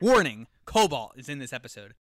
Warning: Cobalt is in this episode.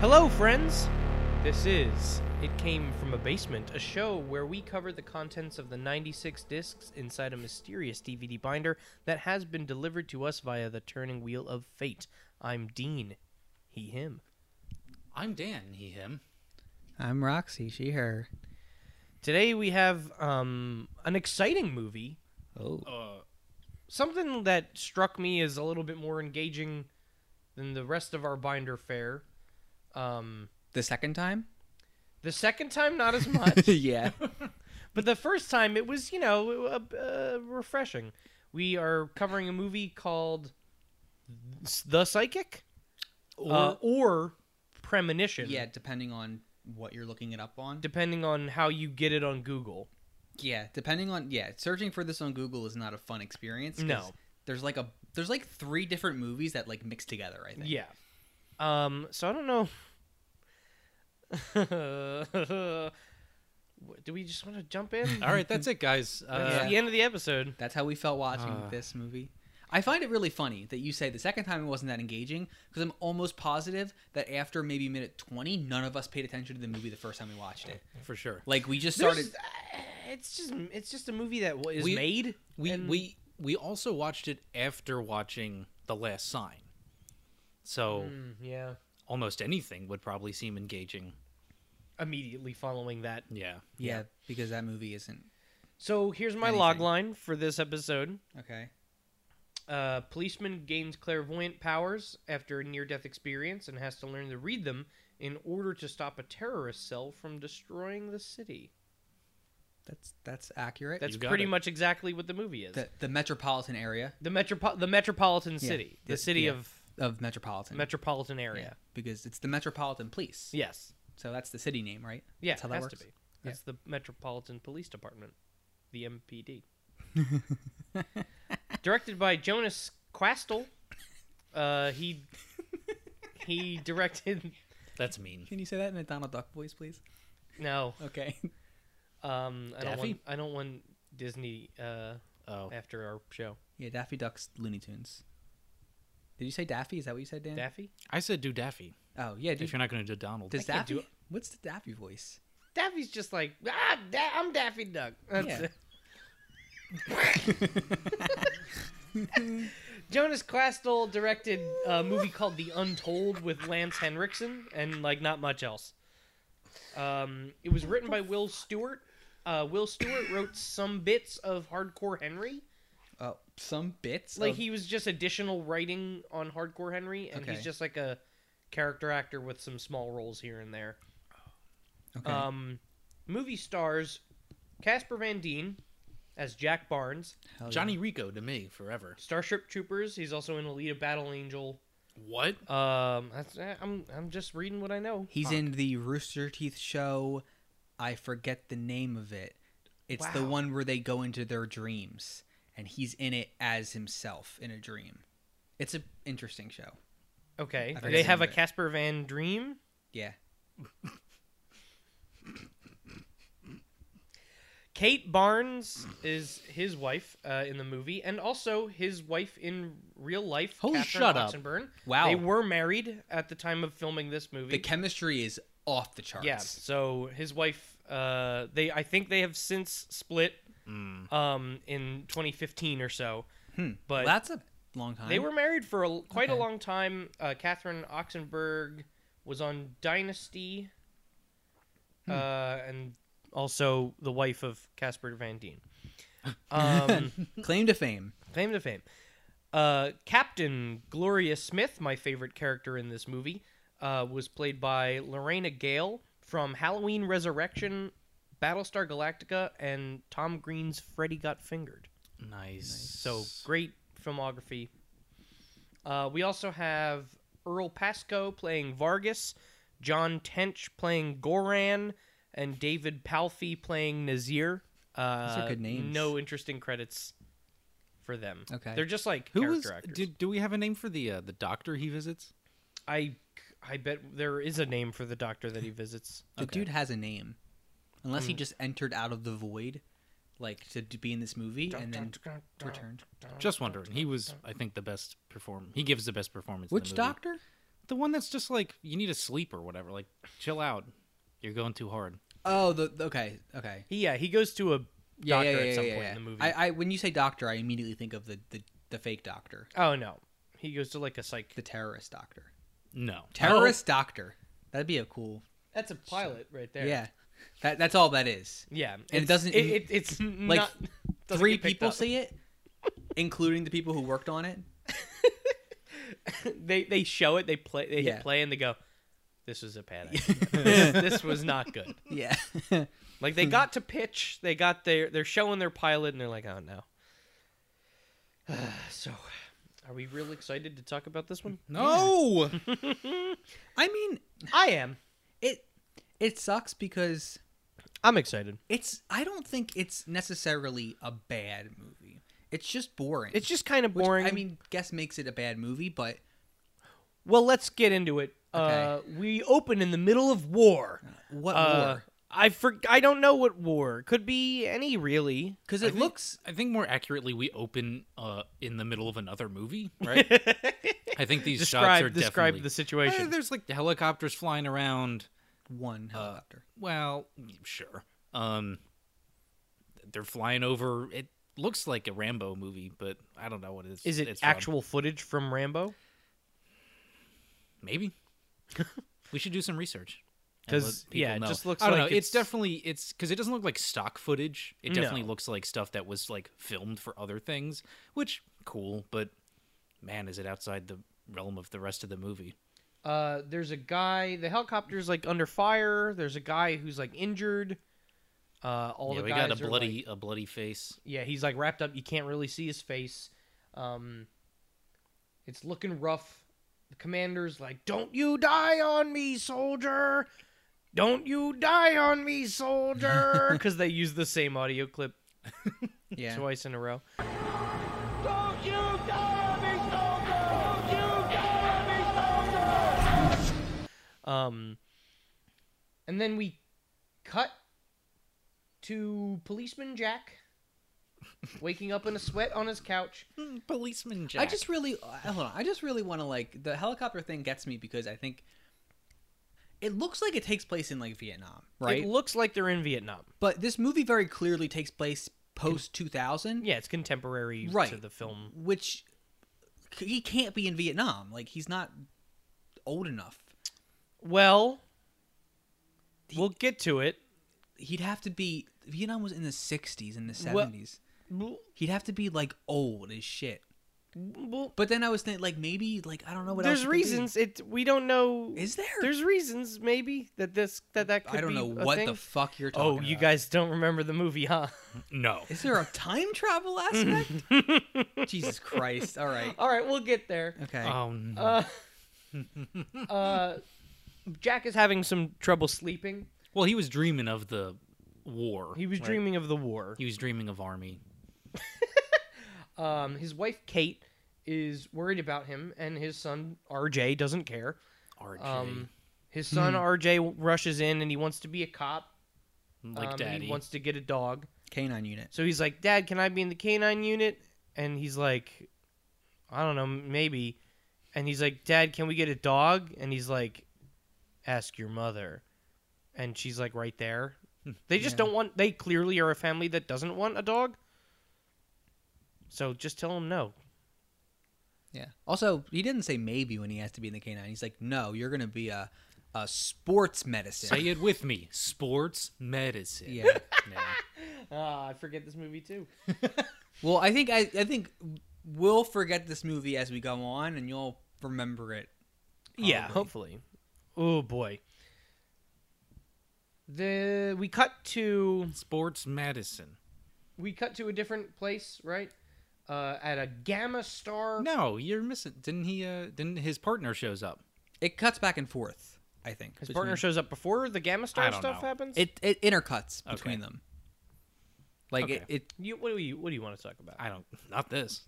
Hello, friends! This is It Came From a Basement, a show where we cover the contents of the 96 discs inside a mysterious DVD binder that has been delivered to us via the turning wheel of fate. I'm Dean. He, him. I'm Dan, he, him. I'm Roxy. She, her. Today we have um, an exciting movie. Oh. Uh, Something that struck me as a little bit more engaging than the rest of our binder fare. Um, The second time? the second time, not as much. yeah. But the first time it was, you know, uh, uh, refreshing. We are covering a movie called The Psychic or, uh, or Premonition, Yeah, depending on what you're looking it up on. depending on how you get it on Google. yeah, depending on yeah, searching for this on Google is not a fun experience. 'cause No. There's like a there's like three different movies that like mix together, I think. Yeah. Um. So I don't know. What- Do we just want to jump in? all right, that's it, guys. That's Uh, the end of the episode. That's how we felt watching Ah. this movie. I find it really funny that you say the second time it wasn't that engaging because I'm almost positive that after maybe minute 20, none of us paid attention to the movie the first time we watched it. For sure. Like we just There's- started. uh, It's just it's just a movie that wa- is We- made. We and- we we also watched it after watching The Last Sign. So Mm, yeah. almost anything would probably seem engaging. Immediately following that Yeah. yeah, because that movie isn't So here's my Anything. log line for this episode. okay. Uh, policeman gains clairvoyant powers after a near death experience and has to learn to read them in order to stop a terrorist cell from destroying the city. That's that's accurate. That's You got pretty it. much exactly what the movie is. the, the metropolitan area the metropo- the metropolitan Yeah. city, Yeah, the city yeah. of of metropolitan metropolitan Yeah, area. because it's the metropolitan police. Yes. So that's the city name, right? Yeah, That's how it that has works? to be. That's the Metropolitan Police Department, the MPD. Directed by Jonas Quastel. Uh, he he directed That's mean. Can you say that in a Donald Duck voice, please? no. Okay. Um, I don't Daffy? want I don't want Disney uh, Oh. after our show. Yeah, Daffy Duck's Looney Tunes. Did you say Daffy? Is that what you said, Dan? Daffy? I said do Daffy. oh yeah, dude. If you're not going to do Donald. Does I can't Daffy? do What's the Daffy voice? Daffy's just like ah, da- I'm Daffy Duck. That's Yeah. it. Jonas Quastel directed a movie called The Untold with Lance Henriksen and like not much else. Um, it was written by Will Stewart. Uh, Will Stewart wrote some bits of Hardcore Henry. Oh, some bits. Like of- he was just additional writing on Hardcore Henry, and Okay. he's just like a character actor with some small roles here and there. Okay. Um, movie stars Casper Van Dien as Jack Barnes, Hell yeah. Johnny Rico to me forever. Starship Troopers. He's also in Elite of Battle Angel. What? Um, that's, I'm I'm just reading what I know. He's in the Rooster Teeth show. I forget the name of it. It's the Wow. one where they go into their dreams, and he's in it as himself in a dream. It's an interesting show. Okay, I forget they the have name a of it. Casper Van Dream. Yeah. Kate Barnes is his wife uh, in the movie, and also his wife in real life. Holy Catherine shut up. Oxenburn. Wow. They were married at the time of filming this movie. the chemistry is off the charts. yeah. So his wife, uh, they I think they have since split, um, in 2015 or so. Hmm. But Well, that's a long time. they were married for a, quite a Okay. long time. Uh, Catherine Oxenberg was on Dynasty, uh, and also the wife of Casper Van Dien. Um, claim to fame. Claim to fame. Uh, Captain Gloria Smith, my favorite character in this movie, uh, was played by Lorena Gale from Halloween Resurrection, Battlestar Galactica, and Tom Green's Freddy Got Fingered. Nice. So great filmography. Uh, we also have Earl Pasco playing Vargas, John Tench playing Goran, and David Palfy playing Nazir. Uh, are good names. No interesting credits for them. Okay. they're just like Who was? character actors. Do, do we have a name for the uh, the doctor he visits? I I bet there is a name for the doctor that he visits. The Okay. dude has a name, unless Mm. he just entered out of the void, like to d- be in this movie and then returned. Just wondering. He was, I think, the best perform. He gives the best performance. in Which the movie. doctor? The one that's just like you need to sleep or whatever. Like chill out. You're going too hard. Oh, the the- okay, okay. He, yeah, he goes to a doctor Yeah, yeah, yeah, at some yeah, point yeah. in the movie. I, I when you say doctor, I immediately think of the the, the fake doctor, oh no, he goes to like a psych. the terrorist Oh. doctor, No. terrorist doctor. That'd be a cool. That's a pilot right there. Yeah, that that's all that is. yeah, it it's- doesn't- It, it, it's like, not, doesn't Three get picked people up. see it, including the people who worked on it. they they show it. They play. They Yeah. hit play and they go, "This was a bad idea. this, this was not good." Yeah. Like they got to pitch. They got their. They're showing their pilot and they're like, "Oh no." so, are we real excited to talk about this one? No. I mean, I am. it it sucks because I'm excited. it's I don't think it's necessarily a bad movie. It's just boring. It's just kind of Which, boring. I mean, guess makes it a bad movie, but well, let's get into it. Okay. Uh, we open in the middle of war. what Uh, more? I for I don't know what war could be any really. Because I it think- looks Oh, I think more accurately, we open uh, in the middle of another movie, right? I think these shots describe are describe definitely. the Eh, situation. there's like helicopters flying around. one helicopter. Well, y- sure. Um, they're flying over. It looks like a Rambo movie, but I don't know what it is. Is it It's from- actual footage from Rambo? Maybe. we should do some research. and 'Cause, let people yeah, it just looks I don't like know. It's, it's- definitely it's because it doesn't look like stock footage. It definitely No. looks like stuff that was like filmed for other things, which cool. But man, is it outside the realm of the rest of the movie? Uh, there's a guy. The helicopter's like under fire. There's a guy who's like injured. Uh, all yeah, the we guys got a are, bloody like- a bloody face. yeah, he's like wrapped up. You can't really see his face. Um, it's looking rough. The commander's like, "Don't you die on me, soldier! Don't you die on me, soldier!" Because they use the same audio clip Yeah. twice in a row. Don't you dare be soldier! Don't you dare be soldier! Um, and then we cut to policeman Jack waking up in a sweat on his couch. Policeman Jack. I just really uh, hold on. I just really want to like the helicopter thing gets me because I think it looks like it takes place in like Vietnam, right? It looks like they're in Vietnam. but this movie very clearly takes place post 2000, Yeah, it's contemporary to Right. the film. which c- he can't be in Vietnam. Like he's not old enough. Well, we'll get to it. He'd have to be Vietnam was in the 60s and the 70s. Well- Well, He'd have to be like old as shit. But then I was thinking like maybe like I don't know what there's else. it could be. reasons it we don't know. Is there? There's reasons maybe that this that that could I don't be know a what the thing. fuck you're talking oh, about. you guys don't remember the movie, huh? no. Is there a time travel aspect? Jesus Christ. All right. All right, we'll get there. Okay. Oh no. Uh, uh, Jack is having some trouble sleeping. well, he was dreaming of the war. He was right? dreaming of the war. He was dreaming of army. Um, his wife Kate is worried about him, and his son RJ doesn't care. RJ. Um, his Hmm. son RJ rushes in, and he wants to be a cop. like um, and daddy. he wants to get a dog. Canine unit. So he's like, "Dad, can I be in the canine unit?" And he's like, "I don't know, maybe." And he's like, "Dad, can we get a dog?" And he's like, "Ask your mother." And she's like, "Right there." They just Yeah. don't want. They clearly are a family that doesn't want a dog. So just tell him no. Yeah. Also, he didn't say maybe when he has to be in the canine. He's like, no, you're gonna be a, a sports medicine. Say it with me. Sports medicine. Yeah. Yeah. Ah, I forget this movie too. Well, I think I, I think we'll forget this movie as we go on, and you'll remember it. Yeah, Probably. hopefully. Oh boy. The we cut to Sports Madison. we cut to a different place, right? Uh, at a Gamma Star. No, you're missing. Didn't he? Uh, didn't his partner shows up? It cuts back and forth. I think His between- partner shows up before the Gamma I Star don't stuff know. happens. It it intercuts Okay. between them. Like it, Okay. it. You, what do you What do you want to talk about? I don't. Not this.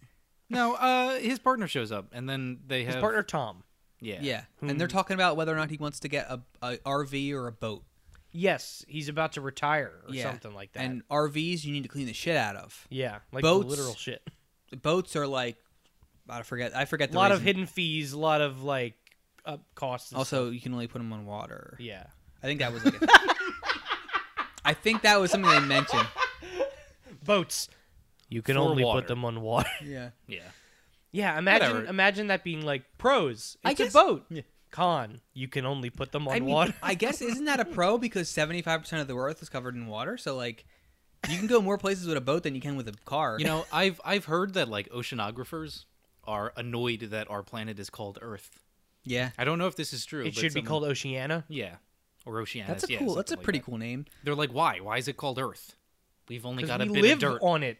No. Uh, his partner shows up, and then they have His partner Tom. Yeah. Hmm. Yeah, and they're talking about whether or not he wants to get a, a RV or a boat Yes, he's about to retire or Yeah. something like that. And RVs, you need to clean the shit out of. yeah, like boats. the literal shit. The boats are like, I forget. I forget. A The lot of reason. hidden fees, a lot of like up costs. and Also, you can only put them on water. stuff. yeah. I think that was like. A, I think that was something they mentioned. boats. You can For only water. put them on water. Yeah. Yeah. yeah, imagine Whatever. imagine that being like pros. It's I guess- a boat. Con. You can only put them on I mean, water. I guess isn't that a pro because seventy five percent of the Earth is covered in water. So like, you can go more places with a boat than you can with a car. You know, I've I've heard that like oceanographers are annoyed that our planet is called Earth. Yeah. I don't know if this is true. it but should be some- called Oceana. Yeah. Or Oceanus. That's a yeah, cool. That's a something like pretty that. cool name. They're like, why? Why is it called Earth? We've only 'Cause got a we bit live of dirt. on it.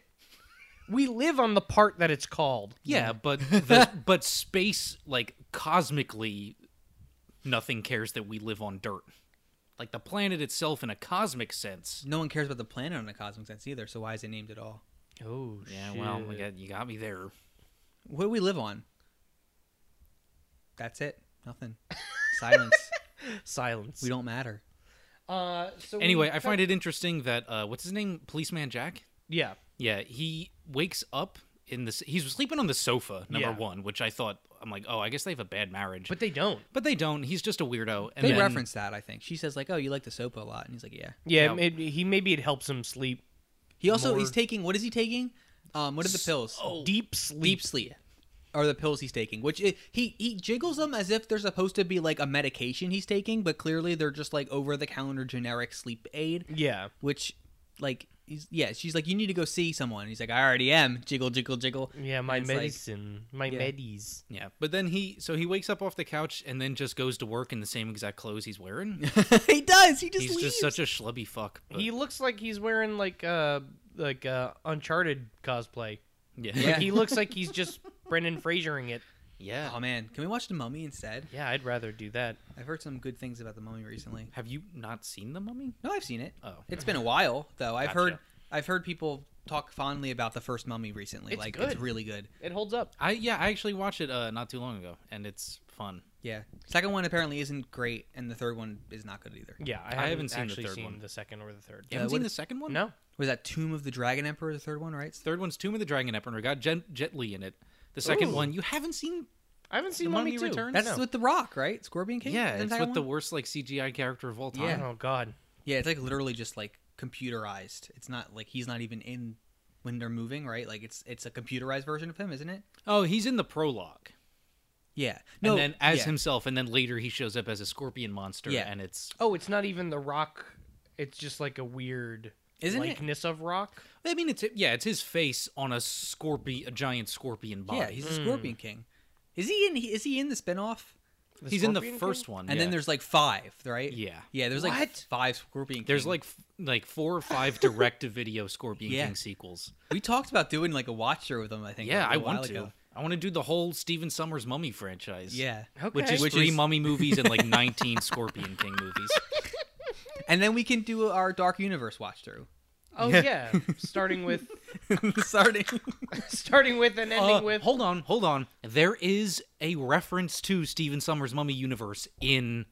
We live on the part that it's called. yeah, but the, but space, like cosmically, nothing cares that we live on dirt. Like the planet itself, in a cosmic sense. No one cares about the planet on a cosmic sense either. So why is it named at all? Oh Yeah, well, we got, you got me there. What do we live on? That's it. Nothing. Silence. silence. We don't matter. Uh, so Anyway, I find it interesting that uh, what's his name, Policeman Jack. Yeah, Yeah, he wakes up in this. He's sleeping on the sofa, number Yeah. one, which I thought I'm like, oh, I guess they have a bad marriage, but they don't. but they don't. He's just a weirdo. And They then- reference that, I think. She says like, "Oh, you like the soap a lot," and he's like, "Yeah." Yeah, No. maybe, he maybe it helps him sleep. He also he's More- taking what is he taking? Um, what are the pills? Oh, Deep sleep. Deep sleep. Are the pills he's taking? Which i he he jiggles them as if they're supposed to be like a medication he's taking, but clearly they're just like over the counter generic sleep aid. Yeah, Which, like, he's yeah. She's like, "You need to go see someone." He's like, "I already am." Jiggle, jiggle, jiggle. yeah. My And it's like- medicine, my Yeah. medis. Yeah, but then he so he wakes up off the couch and then just goes to work in the same exact clothes he's wearing. he does. He just he's leaves. just such a schlubby fuck. but- He looks like he's wearing like uh like uh Uncharted cosplay. yeah, Yeah. Like, he looks like he's just Brendan Frasering it. yeah. oh man, can we watch the Mummy instead? Yeah, I'd rather do that. I've heard some good things about the Mummy recently. Have you not seen the mummy? No, I've seen it. Oh. It's been a while though. I've Gotcha. heard I've heard people talk fondly about the first Mummy recently. It's like good. it's really good. It holds up. I yeah, I actually watched it uh, not too long ago, and it's fun. Yeah. Second one apparently isn't great, and the third one is not good either. Yeah, I haven't, seen actually the third seen one. the second or the third. You haven't what seen is- the second one? No. Was that Tomb of the Dragon Emperor the third one, right? Third one's Tomb of the Dragon Emperor. Got Jen, Jet Li in it. The second Ooh. one you haven't seen. I haven't seen The Mummy Mummy two. Returns? That's No. with the Rock, right? Scorpion King. Yeah, Isn't it's that with the one? worst like CGI character of all time. Yeah. Oh god. yeah. It's like literally just like computerized. It's not like he's not even in when they're moving, right? Like it's it's a computerized version of him, isn't it? Oh, he's in the prologue. Yeah. No. and then as yeah. himself, and then later he shows up as a scorpion monster, Yeah. and it's Oh, it's not even the Rock. It's just like a weird Isn't it- likeness of Rock. I mean, it's yeah, it's his face on a scorpion, a giant scorpion body. Yeah, he's a Scorpion King. Is he in? Is he in the spinoff? The he's in the Scorpion first King? one, And then yeah. there's like five, right? Yeah. Yeah, there's like What? five Scorpion King. there's like f- like four or five direct-to-video Scorpion Yeah. King sequels. we talked about doing like a watch through with them, I think. Yeah, a I little want while to. ago. I want to do the whole Steven Summers Mummy franchise. Yeah. Okay. Which is Which three is- mummy movies and like 19 Scorpion King movies. And then we can do our Dark Universe watch through. Oh yeah. starting with Starting. starting with and ending Uh, with Hold on, hold on. There is a reference to Steven Summers Mummy universe in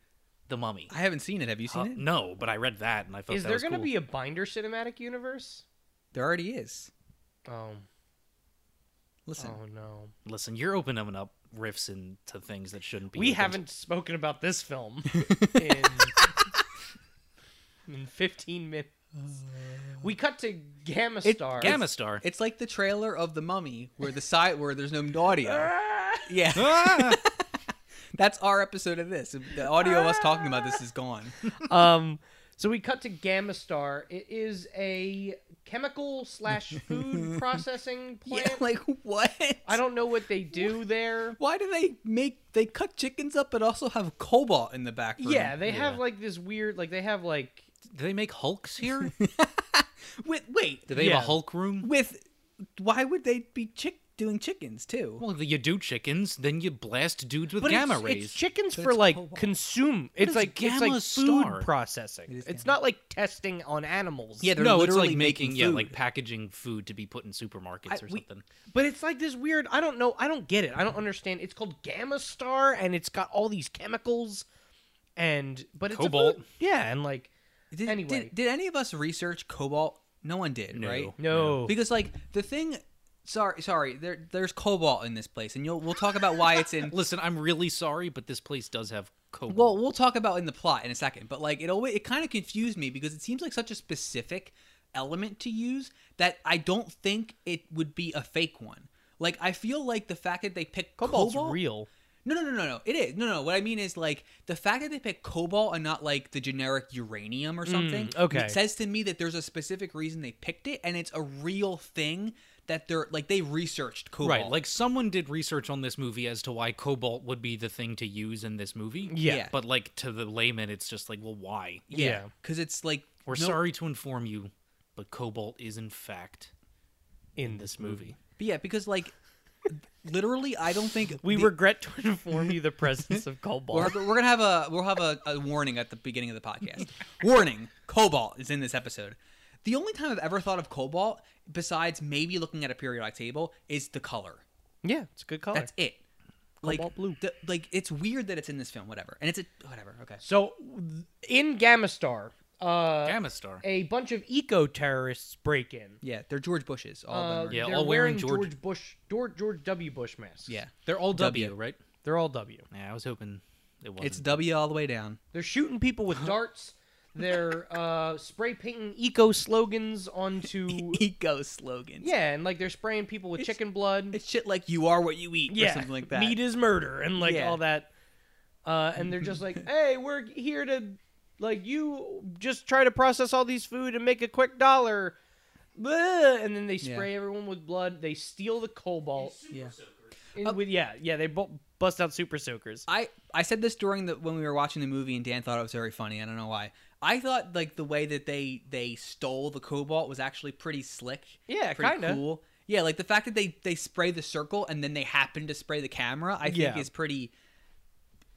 The Mummy. I haven't seen it. Have you seen Uh, it? no, but I read that and I thought Is that there was going to cool. be a binder cinematic universe? There already is. Oh, Listen. oh no. Listen, you're opening up riffs into things that shouldn't be. We opened. haven't spoken about this film in, in 15 minutes. Uh, We cut to Gamma It- Star. Gamma Star. It's like the trailer of The Mummy where the side where there's no audio. Yeah. Ah! That's our episode of this. The audio of us talking about this is gone. Um, So we cut to Gamma Star. It is a chemical slash food processing plant. Yeah, like what? I don't know what they do there. Why do they make they cut chickens up but also have cobalt in the back room? Yeah, they have Yeah. like this weird, like they have like Do they make Hulks here? Wait, wait. Do they Yeah. have a Hulk room? With why would they be chick doing chickens too? Well, you do chickens, then you blast dudes with but gamma it's, rays. it's chickens So for it's like cobalt. consume. It's is like it's like Gamma food Star? processing. It is It's Gamma. not like testing on animals. Yeah, they're no, it's literally like making making, yeah, food. like packaging food to be put in supermarkets I- or we- something. But it's like this weird. I don't know. I don't get it. I don't understand. It's called Gamma Star, and it's got all these chemicals, and but it's a Cobalt. food- yeah, and like Did, Anyway. did, did any of us research cobalt? No one did, No. right? no, Because like the thing, sorry, sorry, there there's cobalt in this place, and you'll we'll talk about why it's in. Listen, I'm really sorry, but this place does have cobalt. well, we'll talk about in the plot in a second, but like it always it kind of confused me because it seems like such a specific element to use that I don't think it would be a fake one. Like I feel like the fact that they picked cobalt's cobalt, real. No, no, no, no, no. It is. No, no. What I mean is like the fact that they pick cobalt and not like the generic uranium or something. Mm, okay. It says to me that there's a specific reason they picked it, and it's a real thing that they're like they researched cobalt. Right, like someone did research on this movie as to why cobalt would be the thing to use in this movie. Yeah. Yeah. But like to the layman, it's just like, well, why? yeah, yeah. because it's like We're no- sorry to inform you, but cobalt is in fact In this movie, movie. But yeah, because like literally, I don't think we the- regret to inform you the presence of We're, cobalt. we're gonna have a we'll have a, a warning at the beginning of the podcast. warning: Cobalt is in this episode. The only time I've ever thought of cobalt, besides maybe looking at a periodic table, is the color. yeah, it's a good color. That's it. Like Cobalt blue. the- like it's weird that it's in this film, whatever. And it's a whatever. Okay. So in Gamma Star, uh, Gamma Star. a bunch of eco terrorists break in. Yeah, they're George Bushes. All Uh, of them. Are, Yeah, they're all wearing wearing George, George- Bush, George, George W. Bush masks. yeah. They're all W. w, right? they're all W. Yeah, I was hoping it wasn't. It's W all the way down. They're shooting people with darts. They're uh, spray painting eco slogans onto. Eco slogans. yeah, and like they're spraying people with chicken blood. It's shit like you are what you eat yeah, or something like that. Meat is murder, and like Yeah. all that. Uh, and they're just like, hey, we're here to, like, you just try to process all these food and make a quick dollar. Bleh. And then they Yeah. spray everyone with blood. They steal the cobalt. yeah. In with, yeah, yeah, they bu- bust out super soakers. I I said this during the when we were watching the movie and Dan thought it was very funny. I don't know why. I thought like the way that they they stole the cobalt was actually pretty slick. Yeah, pretty kinda. cool. Yeah, like the fact that they they spray the circle and then they happen to spray the camera, I think Yeah. is pretty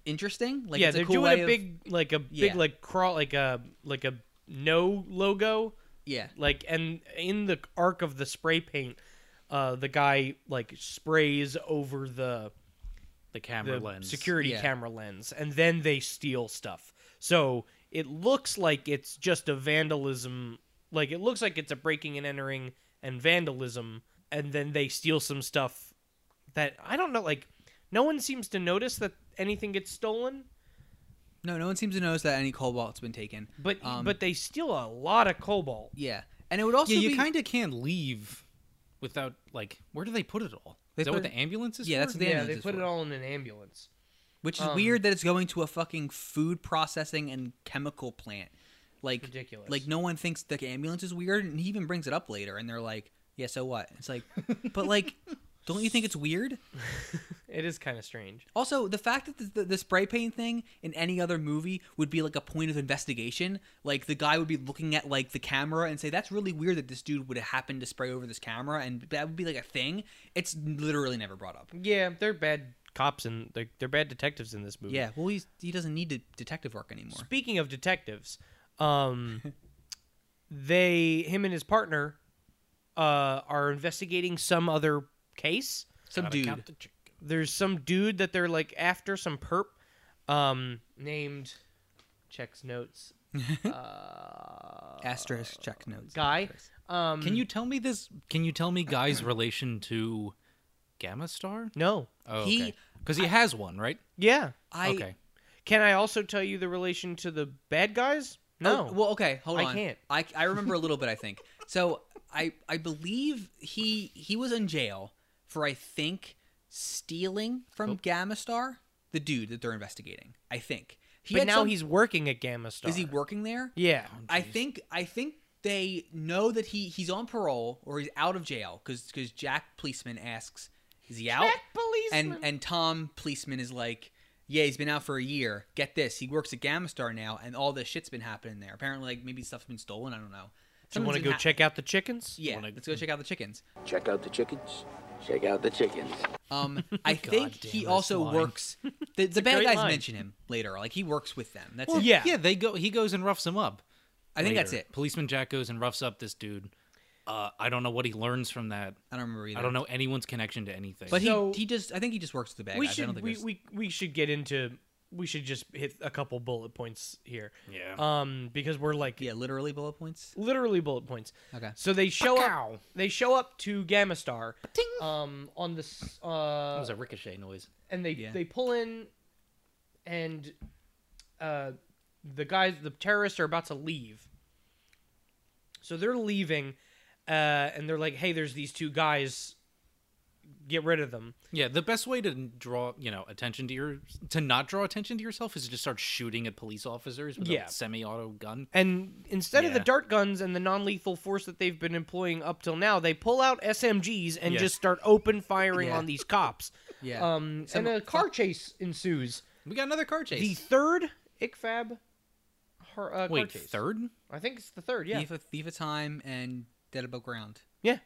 interesting. Like yeah, it's they're a cool doing way a of- big like a big Yeah. like crawl like a like a no logo yeah. like and in the arc of the spray paint, uh, the guy like sprays over the the camera the lens. security Yeah. camera lens, and then they steal stuff. So it looks like it's just a vandalism. Like it looks like it's a breaking and entering and vandalism, and then they steal some stuff that I don't know. Like no one seems to notice that anything gets stolen. No, no one seems to notice that any cobalt's been taken. But Um, but they steal a lot of cobalt. Yeah. And it would also Yeah, you be kind of can't leave without like where do they put it all? They is that what put it- the ambulance is? Yeah, for? that's what the yeah, ambulance they is put for. it all in an ambulance. which is um, weird that it's going to a fucking food processing and chemical plant. Like Ridiculous. Like no one thinks the ambulance is weird, and he even brings it up later, and they're like, "Yeah, so what?" It's like, but like, don't you think it's weird? It is kind of strange. Also, the fact that the, the, the spray paint thing in any other movie would be like a point of investigation. Like the guy would be looking at like the camera and say, "That's really weird that this dude would have happened to spray over this camera," and that would be like a thing. It's literally never brought up. Yeah, they're bad cops and they're, they're bad detectives in this movie. Yeah, well, he's, he doesn't need to detective work anymore. Speaking of detectives, um, they him and his partner uh, are investigating some other case. Some Gotta dude. count the chick- There's some dude that they're like after, some perp um, named checks notes uh, Asterisk uh, check notes. guy. Um, Can you tell me this? Can you tell me Guy's relation to Gamma Star? no? Oh, He- because he has one, right? Yeah. I, okay. Can I also tell you the relation to the bad guys? No. Oh, well, okay, hold I on. can't. I, I remember a little bit. I think so. I I believe he he was in jail for I Oh. think stealing from Gamma Star, the dude that they're investigating. I think He but had now some- he's working at Gamma Star. is he working there? Yeah. Oh, I think I think they know that he he's on parole or he's out of jail because because Jack Policeman asks, is he out? policeman. And and Tom Policeman is like, yeah, he's been out for a year. Get this, he works at Gamma Star now, and all this shit's been happening there. Apparently, like maybe stuff's been stolen. I don't know. Do you Something's want to been go hap- check out the chickens? Yeah, wanna- let's go check out the chickens. Check out the chickens. Check out the chickens. Um, I think damn, he that's also lying. works. The, the bad great guys line. mention him later. Like he works with them. That's Well, it. yeah. Yeah, they go. He goes and roughs him up. I think that's later. it. Policeman Jack goes and roughs up this dude. Uh, I don't know what he learns from that. I don't remember either. I don't know anyone's connection to anything. But So- he he just I think he just works with the bad we guys. I don't should think we, there's- we we should get into we should just hit a couple bullet points here. Yeah. uh, Um because we're like yeah, literally bullet points. literally bullet points. Okay. So they show Pacow. up they show up to Gamma Star um on this that uh was a ricochet noise. and they Yeah. they pull in and uh the guys the terrorists are about to leave. So they're leaving uh and they're like hey there's these two guys get rid of them. Yeah, the best way to draw, you know, attention to your to not draw attention to yourself is to just start shooting at police officers with Yeah. a semi-auto gun. And instead of the Yeah. dart guns and the non-lethal force that they've been employing up till now, they pull out SMGs and Yes. just start open firing Yeah. on these cops. Yeah. Um, Some- and a car chase ensues. We got another car chase. The third ICFAB har- uh, Wait, car chase. third? I think it's the third. Yeah. Thief of, Thief of Time and Dead Above Ground. Yeah.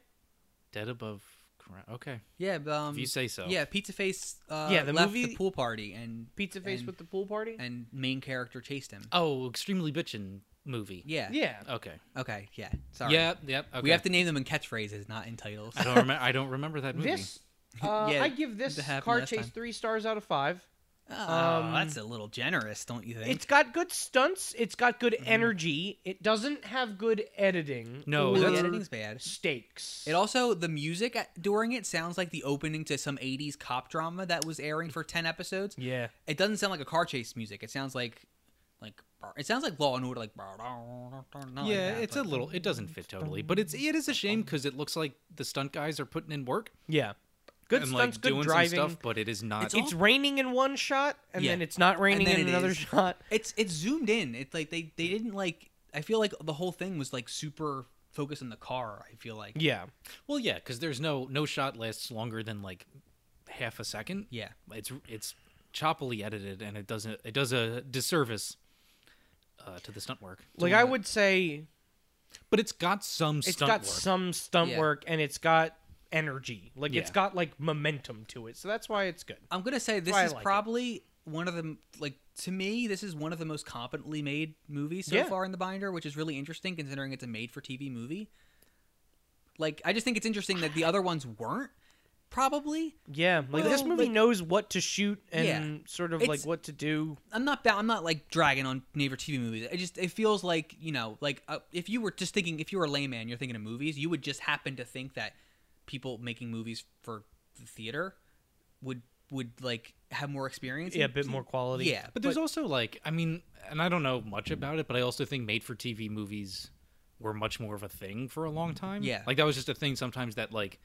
Dead above ground. Okay. Yeah, but, um, If you say so. Yeah, Pizza Face. Uh, Yeah, the left the movie- pool party and Pizza face and- with the pool party. and main character chased him. Oh, extremely bitchin' movie. Yeah. yeah. Okay. Okay. Yeah. Sorry. Yep. Yep. Okay. We have to name them in catchphrases, not in titles. I don't remember. I don't remember that movie. This. Uh, Yeah, I give this that happened car last chase time. three stars out of five. Um, Oh, that's a little generous, don't you think? It's got good stunts. It's got good energy. It doesn't have good editing. No, the or Oh, that's- editing's bad. stakes. It also the music at- during it sounds like the opening to some '80s cop drama that was airing for ten episodes. Yeah. It doesn't sound like a car chase music. It sounds like, like it sounds like Law and Order. Like not like yeah, that, it's a but- little. It doesn't fit totally, but it's it is a shame because it looks like the stunt guys are putting in work Yeah. Good and stunts, like good doing driving. some stuff, but it is not. It's It's raining in one shot, and Yeah. then it's not raining then in it another is. shot. It's it's zoomed in. It's like they they didn't like. I feel like the whole thing was like super focused on the car. I feel like Yeah. well, yeah, because there's no no shot lasts longer than like half a second. Yeah. it's it's choppily edited and it doesn't it does a disservice uh, to the stunt work. Like I would say, but it's got some it's stunt got work. some stunt Yeah. work, and it's got energy. Like it's Yeah. got like momentum to it, so that's why it's good. I'm gonna say this why I is like it. probably one of the like to me this is one of the most competently made movies so Yeah. far in the binder, which is really interesting considering it's a made-for-TV movie. Like I just think it's interesting that the other ones weren't probably. Yeah. Like this Well, movie like- knows what to shoot and Yeah. sort of It's- like what to do. I'm not ba- I'm not like dragging on neighbor TV movies. It just it feels like you know like uh, if you were just thinking if you were a layman you're thinking of movies you would just happen to think that people making movies for the theater would would like have more experience. Yeah, a and- bit more quality. Yeah, But Hmm. there's also like, I mean, and I don't know much about it, but I also think made for TV movies were much more of a thing for a long time. Yeah. Like that was just a thing sometimes that like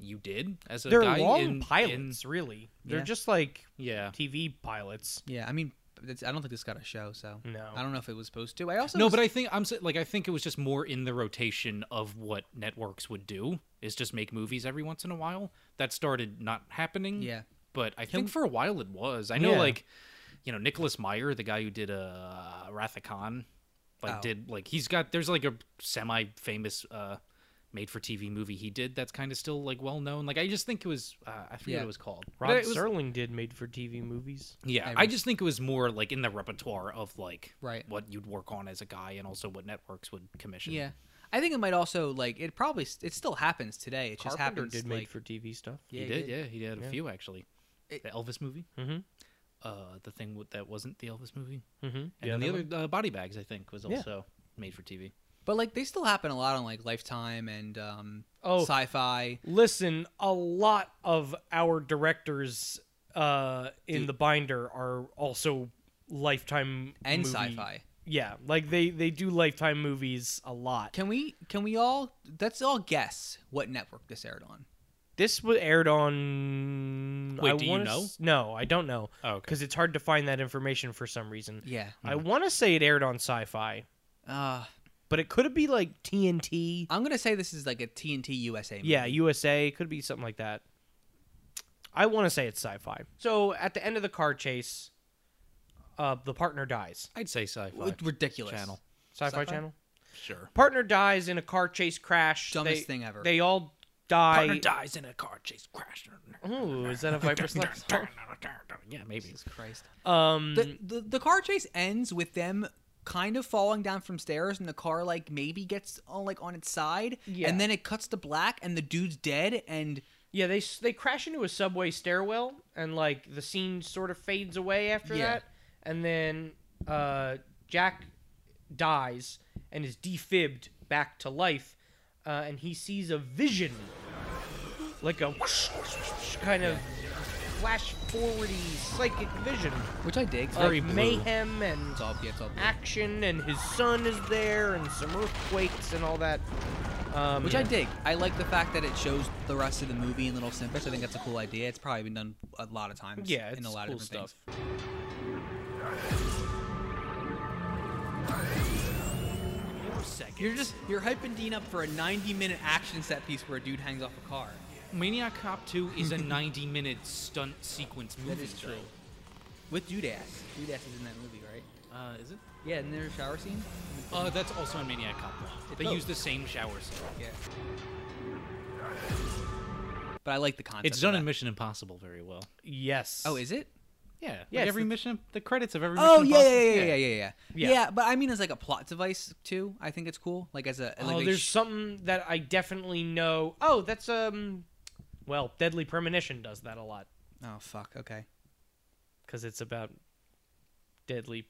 you did as a They're guy long in- pilots, really. They're Yeah. just like in- yeah. TV pilots. Yeah, I mean, it's, I don't think this got a show, so No. I don't know if it was supposed to. I also No, was- but I think I'm s- like I think it was just more in the rotation of what networks would do is just make movies every once in a while. That started not happening. Yeah. But I think for a while it was. I know Yeah. like you know Nicholas Meyer, the guy who did uh Wrath of Khan, like Oh. did like he's got there's like a semi famous uh made for TV movie he did that's kind of still like well known. Like I just think it was uh, I forget what Yeah. it was called. But Rod it was- Serling did made for TV movies. yeah, I I, just think it was more like in the repertoire of like Right. what you'd work on as a guy, and also what networks would commission. yeah, I think it might also like it probably it still happens today. It just Carpenter happens did like made for TV stuff. yeah, he it did. did. Yeah, he did a few actually. It- the Elvis movie, Mhm. uh, the thing with, that wasn't the Elvis movie, Mm-hmm. and then the other uh, Body Bags I think was Yeah. also made for TV. but like they still happen a lot on like Lifetime and um Oh. sci-fi. Listen, a lot of our directors uh, in the binder are also lifetime And movie- sci-fi. Yeah, like they they do lifetime movies a lot. Can we can we all let's all guess what network this aired on? This was aired on. Wait, I do you wanna know? s- no, I don't know. Oh, okay. Because it's hard to find that information for some reason. Yeah. I want to say it aired on Sci-Fi, Uh, but it could be like TNT. I'm gonna say this is like a TNT USA. Movie. Yeah, USA could be something like that. I want to say it's sci-fi. So at the end of the car chase, uh, the partner dies. I'd say sci-fi. W- ridiculous. Channel. Sci-fi, Sci-fi? channel. Sure. Partner dies in a car chase crash. Dumbest They- thing ever. They all die. Partner dies in a car chase crash. Ooh, is that a Viper Slug? song? yeah, maybe. Jesus Christ. Um, The, the the car chase ends with them kind of falling down from stairs and the car like maybe gets on like on its side Yeah. and then it cuts to black and the dude's dead and yeah, they s- they crash into a subway stairwell, and like the scene sort of fades away after Yeah. that, and then uh, Jack dies and is defibbed back to life, uh, and he sees a vision, like a whoosh, whoosh, whoosh kind of flash forwardy psychic vision which I dig. of Very blue. mayhem and it's all yeah, it's all blue. action, and his son is there, and some earthquakes and all that. Um, Which I dig. I like the fact that it shows the rest of the movie in little snippets. I think that's a cool idea. It's probably been done a lot of times. Yeah, in a it's lot cool of different stuff. things. You're just you're hyping Dean up for a 90 minute action set piece where a dude hangs off a car. Maniac Cop 2 is a 90 minute stunt sequence movie. That is true. With Dudas. Dudas is in that movie, right? though. Uh, is it? Yeah, and there's a shower scene. Uh, that's also in Maniac Cop 1. They Oh. use the same shower scene. Yeah. But I like the concept. It's done of in that. Mission Impossible very well. yes. Oh, is it? Yeah. Yeah, Like it's every the- mission, the credits of every Oh Mission yeah yeah Impossible. yeah, yeah, yeah, yeah, yeah, Yeah. yeah. but I mean, as like a plot device too. I think it's cool. Like as a like oh, they there's sh- something that I definitely know. Oh, that's um, well, Deadly Premonition does that a lot oh fuck okay. because it's about deadly.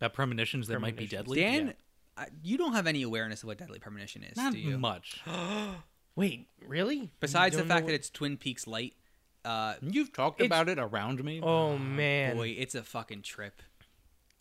About premonitions that might be Premonitions. deadly. Dan, Yeah. I, you don't have any awareness of what deadly premonition is, Not do you? much. Wait, really? Besides the You don't fact know that it's Twin Peaks light, uh, You've talked It's- about it around me. what- Oh man. boy, it's a fucking trip.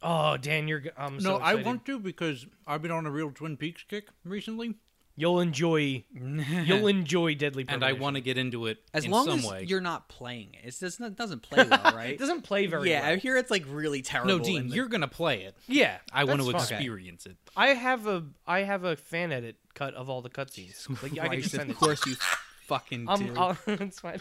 Oh, Dan, you're. g- I'm so no, I excited. want to because I've been on a real Twin Peaks kick recently, You'll enjoy. You'll enjoy Deadly and Premonition. I want to get into it As in long some as way. you're not playing it, it's just, it doesn't play well, right? It doesn't play very yeah, I well. hear it's like really terrible. no, Dean, and the- you're gonna play it. Yeah, I want to that's fine. experience it. I have a I have a fan edit cut of all the cutscenes. Like, I can Christ, just send of it. course you fucking Um, do. I'll, it's fine.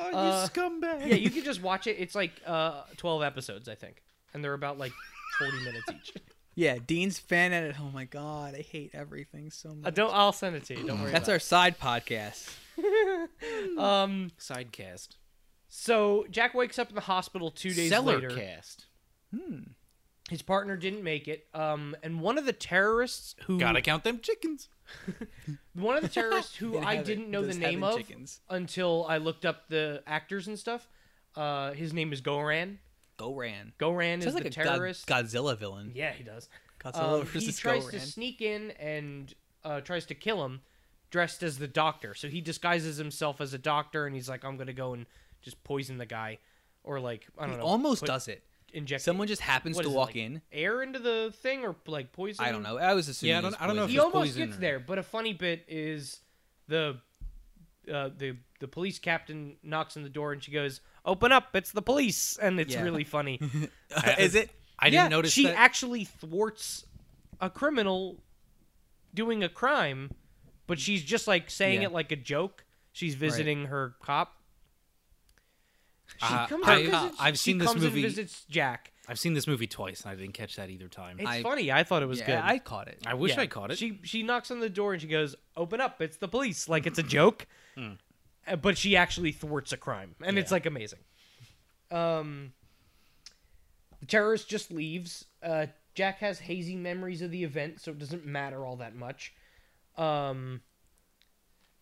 Oh, you Uh, scumbag! yeah, you can just watch it. It's like uh, 12 episodes, I think. And they're about like 40 minutes each. yeah, Dean's fan edit. Oh my god, I hate everything so I much. don't, I'll send it to you. Don't worry. That's our side podcast. our. Um, sidecast, so Jack wakes up in the hospital two days later. cellarcast. His partner didn't make it. Um, and one of the terrorists who. Gotta count them chickens. One of the terrorists who They I have it. didn't know the Those name heaven of chickens. until I looked up the actors and stuff. Uh, his name is Goran. Goran. Goran is Sounds the like a God- terrorist. Godzilla villain. Yeah, he does. Godzilla Um, he versus tries to Goran. sneak in and uh, tries to kill him, dressed as the doctor. So he disguises himself as a doctor, and he's like, "I'm gonna go and just poison the guy," or like I don't He know, almost put- does it. Inject Someone just happens what to is it, walk like, in. air into the thing, or like poison. I don't know. I was assuming. Yeah, I it don't- was I don't know if He poison. it's almost poison gets or- there, but a funny bit is the uh, the the police captain knocks on the door, and she goes, "Open up! It's the police!" And it's Yeah. really funny. Is it? I Yeah, didn't notice she that. actually thwarts a criminal doing a crime, but she's just like saying Yeah. it like a joke. She's visiting her cop. She Uh, comes I- and visits, I've she seen this comes movie- and visits Jack. I've seen this movie twice, and I didn't catch that either time. It's I, I- funny. I thought it was yeah, good. I caught it. I wish Yeah. I caught it. She she knocks on the door and she goes, "Open up! It's the police!" Like it's a joke, Uh, but she actually thwarts a crime, and it's Hmm. Yeah. like amazing. Um, the terrorist just leaves. Uh, Jack has hazy memories of the event, so it doesn't matter all that much. Um,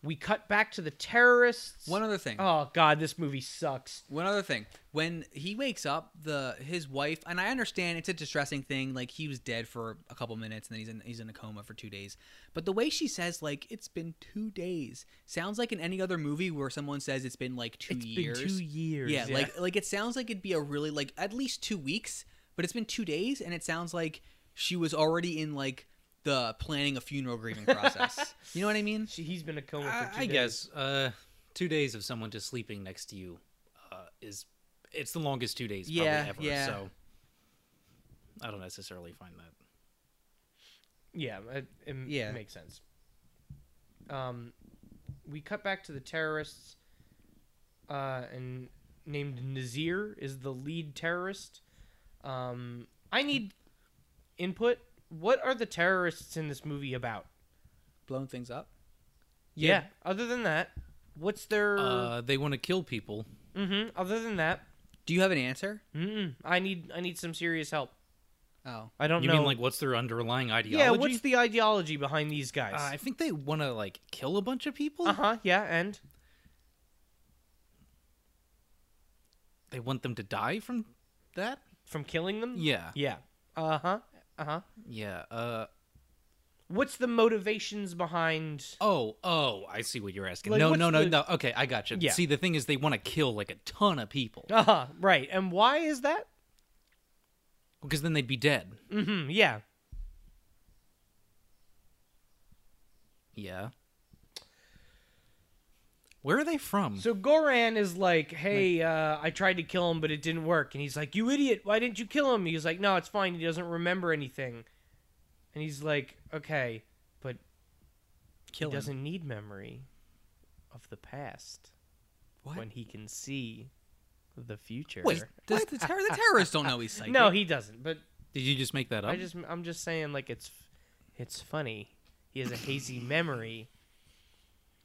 we cut back to the terrorists. One other thing. Oh God, this movie sucks. One other thing. When he wakes up, the his wife and I understand it's a distressing thing. Like he was dead for a couple minutes, and then he's in he's in a coma for two days. But the way she says like it's been two days sounds like in any other movie where someone says it's been like two It's years. been two years. yeah, like like it sounds like it'd be a really like at least two weeks, but it's been two days, and it sounds like she was already in like the planning a funeral grieving process. you know what I mean? She, he's been a coma I, for two I days. guess uh, two days of someone just sleeping next to you uh, is it's the longest two days Yeah, probably ever. yeah. So I don't necessarily find that. Yeah, it, it m- Yeah. makes sense. Um, we cut back to the terrorists, uh, and named Nazir is the lead terrorist. Um, I need input. What are the terrorists in this movie about? Blowing things up. Yeah. Other than that, what's their? Uh, they want to kill people. hmm Other than that, Do you have an answer? mm-mm, I need I need some serious help. Oh, I don't You know. mean like what's their underlying ideology? yeah? What's the ideology behind these guys? Uh, I think they want to like kill a bunch of people. Uh huh. Yeah, and They want them to die from that. from killing them. Yeah, Yeah. Uh huh. Uh huh. yeah. Uh, What's the motivations behind? oh, oh, I see what you're asking. Like, no, what's no, no, the- no. Okay, I got you. Yeah. See, the thing is, they want to kill like a ton of people Uh huh. Right. And why is that? because then they'd be dead. Mm-hmm. Yeah. Yeah. Where are they from? So Goran is like, "Hey, uh, I tried to kill him, but it didn't work." And he's like, "You idiot! Why didn't you kill him?" He's like, "No, it's fine. He doesn't remember anything." And he's like, "Okay, but kill he him. doesn't need memory of the past What? when he can see the future." Wait, does the, terror, the terrorists don't know he's psychic. no, he doesn't. But Did you just make that up? I just I'm just saying like it's it's funny. He has a hazy memory.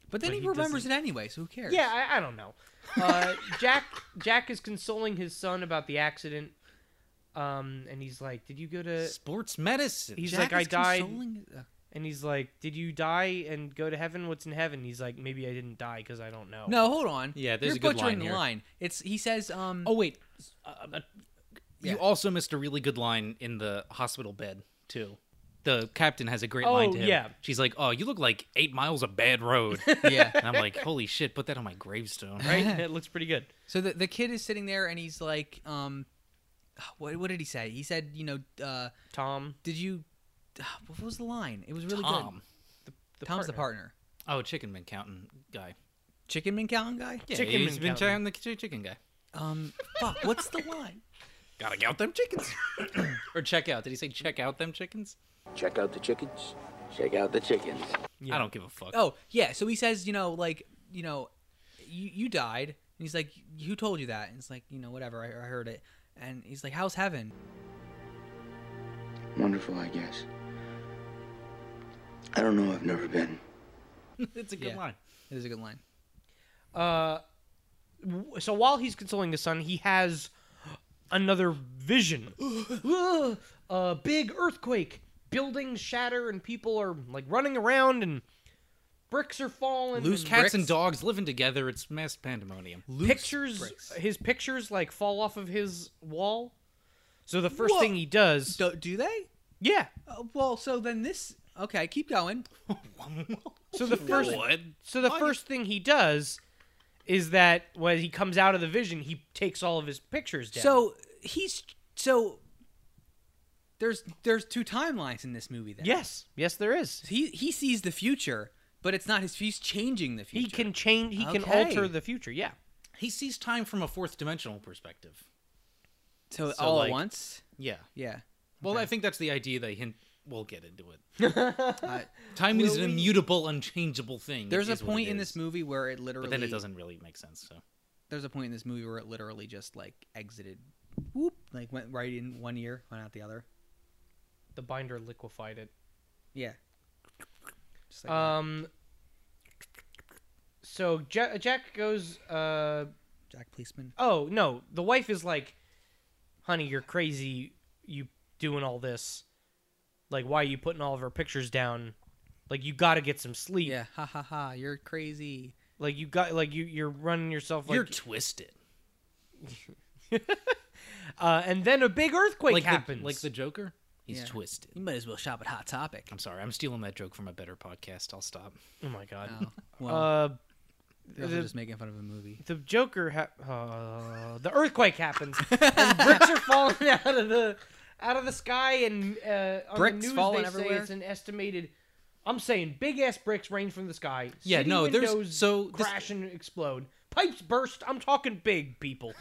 but then but he, he remembers doesn't- it anyway. So who cares? Yeah, I, I don't know. Uh, Jack Jack is consoling his son about the accident, um, and he's like, "Did you go to?" Sports medicine. uh, He's Jack like, "I is died," consoling- uh, and he's like, "Did you die and go to heaven? What's in heaven?" He's like, "Maybe I didn't die because I don't know." No, hold on. Yeah, there's You're a good butchering line the here. line. It's he says. Um, oh wait, uh, uh, Yeah. you also missed a really good line in the hospital bed too. The captain has a great Oh, line to him. yeah. She's like, "Oh, you look like eight miles of bad road," and yeah. I'm like, "Holy shit, put that on my gravestone." right? It looks pretty good. So the, the kid is sitting there and he's like, um, what, what did he say? He said, you know, uh, Tom, did you, uh, what was the line? It was really Tom, the good. Tom's the partner. oh, chicken man counting guy. Chicken McCallum guy? Yeah, Chicken he's man been counting. counting the ch- chicken guy. Um, fuck, what's the line? Gotta count them chickens. or check out. Did he say check out them chickens? Check out the chickens. Check out the chickens. Yeah. I don't give a fuck. Oh, yeah. So he says, you know, like, you know, you, you died. And he's like, who told you that? And it's like, you know, whatever, I, I heard it. And he's like, how's heaven? Wonderful, I guess. I don't know, I've never been. it's a good Yeah. line. It is a good line. Uh, w- so while he's consoling his son, he has another vision. Ugh, A big earthquake. Buildings shatter and people are like running around and bricks are falling. Loose and Cats Bricks. and dogs living together. It's mass pandemonium. Loose pictures. bricks. His pictures like fall off of his wall. So the first Whoa. thing he does, Do, do they? yeah. Uh, well, so then this, okay, keep going. So the first, What? so the first thing he does is that when he comes out of the vision, he takes all of his pictures down. So he's so there's there's two timelines in this movie. Then yes, yes, there is. he he sees the future, but it's not his. He's changing the future. He can change. He can Okay. alter the future. Yeah. He sees time from a fourth dimensional perspective. so, so, all like- at once. Yeah. Yeah. Well, I think that's the idea they hint. We'll get into it. Uh, Time is an Will we- immutable, unchangeable thing. there's a is what point it in is. this movie where it literally. but then it doesn't really make sense. So There's a point in this movie where it literally just like exited, whoop, like went right in one ear, went out the other. The binder liquefied it. Yeah. Just like Um. So Ja Jack goes. Uh. Jack Policeman. Oh no, the wife is like, "Honey, you're crazy. You doing all this? Like, why are you putting all of her pictures down? Like, you got to get some sleep. Yeah. Ha ha ha! You're crazy. Like, you got like you you're running yourself like. you're twisted. uh, and then a big earthquake Like happens. the like the Joker. He's Yeah. twisted. You might as well shop at Hot Topic. I'm sorry. I'm stealing that joke from a better podcast. I'll stop. oh my god. Oh, well, Uh. they're also the- just making fun of a movie. the Joker, ha- uh, the earthquake happens, and bricks are falling out of the out of the sky and uh, on Bricks the news falling they everywhere. say it's an estimated. I'm saying big ass bricks rain from the sky. Yeah, City no, there's- windows so this- crash and explode. Pipes burst. I'm talking big people.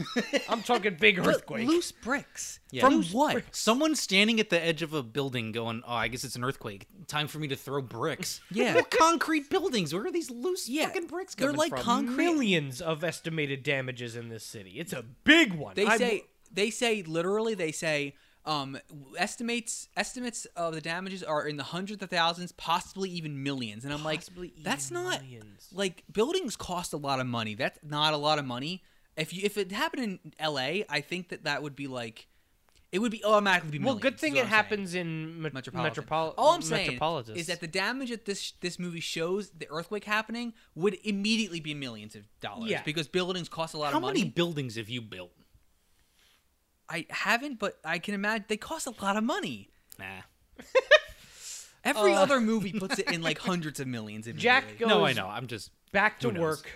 I'm talking big earthquake. Loose bricks. Yeah. From Loose what? Someone standing at the edge of a building going, "Oh, I guess it's an earthquake. Time for me to throw bricks." Yeah. What concrete buildings? Where are these loose Yeah, fucking bricks they're coming like from? con- Concrete- Millions of estimated damages in this city. It's a big one. They I'm- say they say literally they say um estimates estimates of the damages are in the hundreds of thousands, possibly even millions. And I'm Possibly like, that's even not millions. like buildings cost a lot of money. That's not a lot of money. If you if it happened in L.A., I think that that would be like it would be automatically be Well, millions, good is thing what it I'm saying. happens in me- Metropolitan. metropol- All I'm saying metropolitans. is that the damage that this this movie shows the earthquake happening would immediately be millions of dollars Yeah. because buildings cost a lot How of money. many buildings have you built? I haven't, but I can imagine they cost a lot of money. Nah. Every other movie puts it in like hundreds of millions. Uh, Jack immediately. goes No, I know. I'm just back to Who knows? work,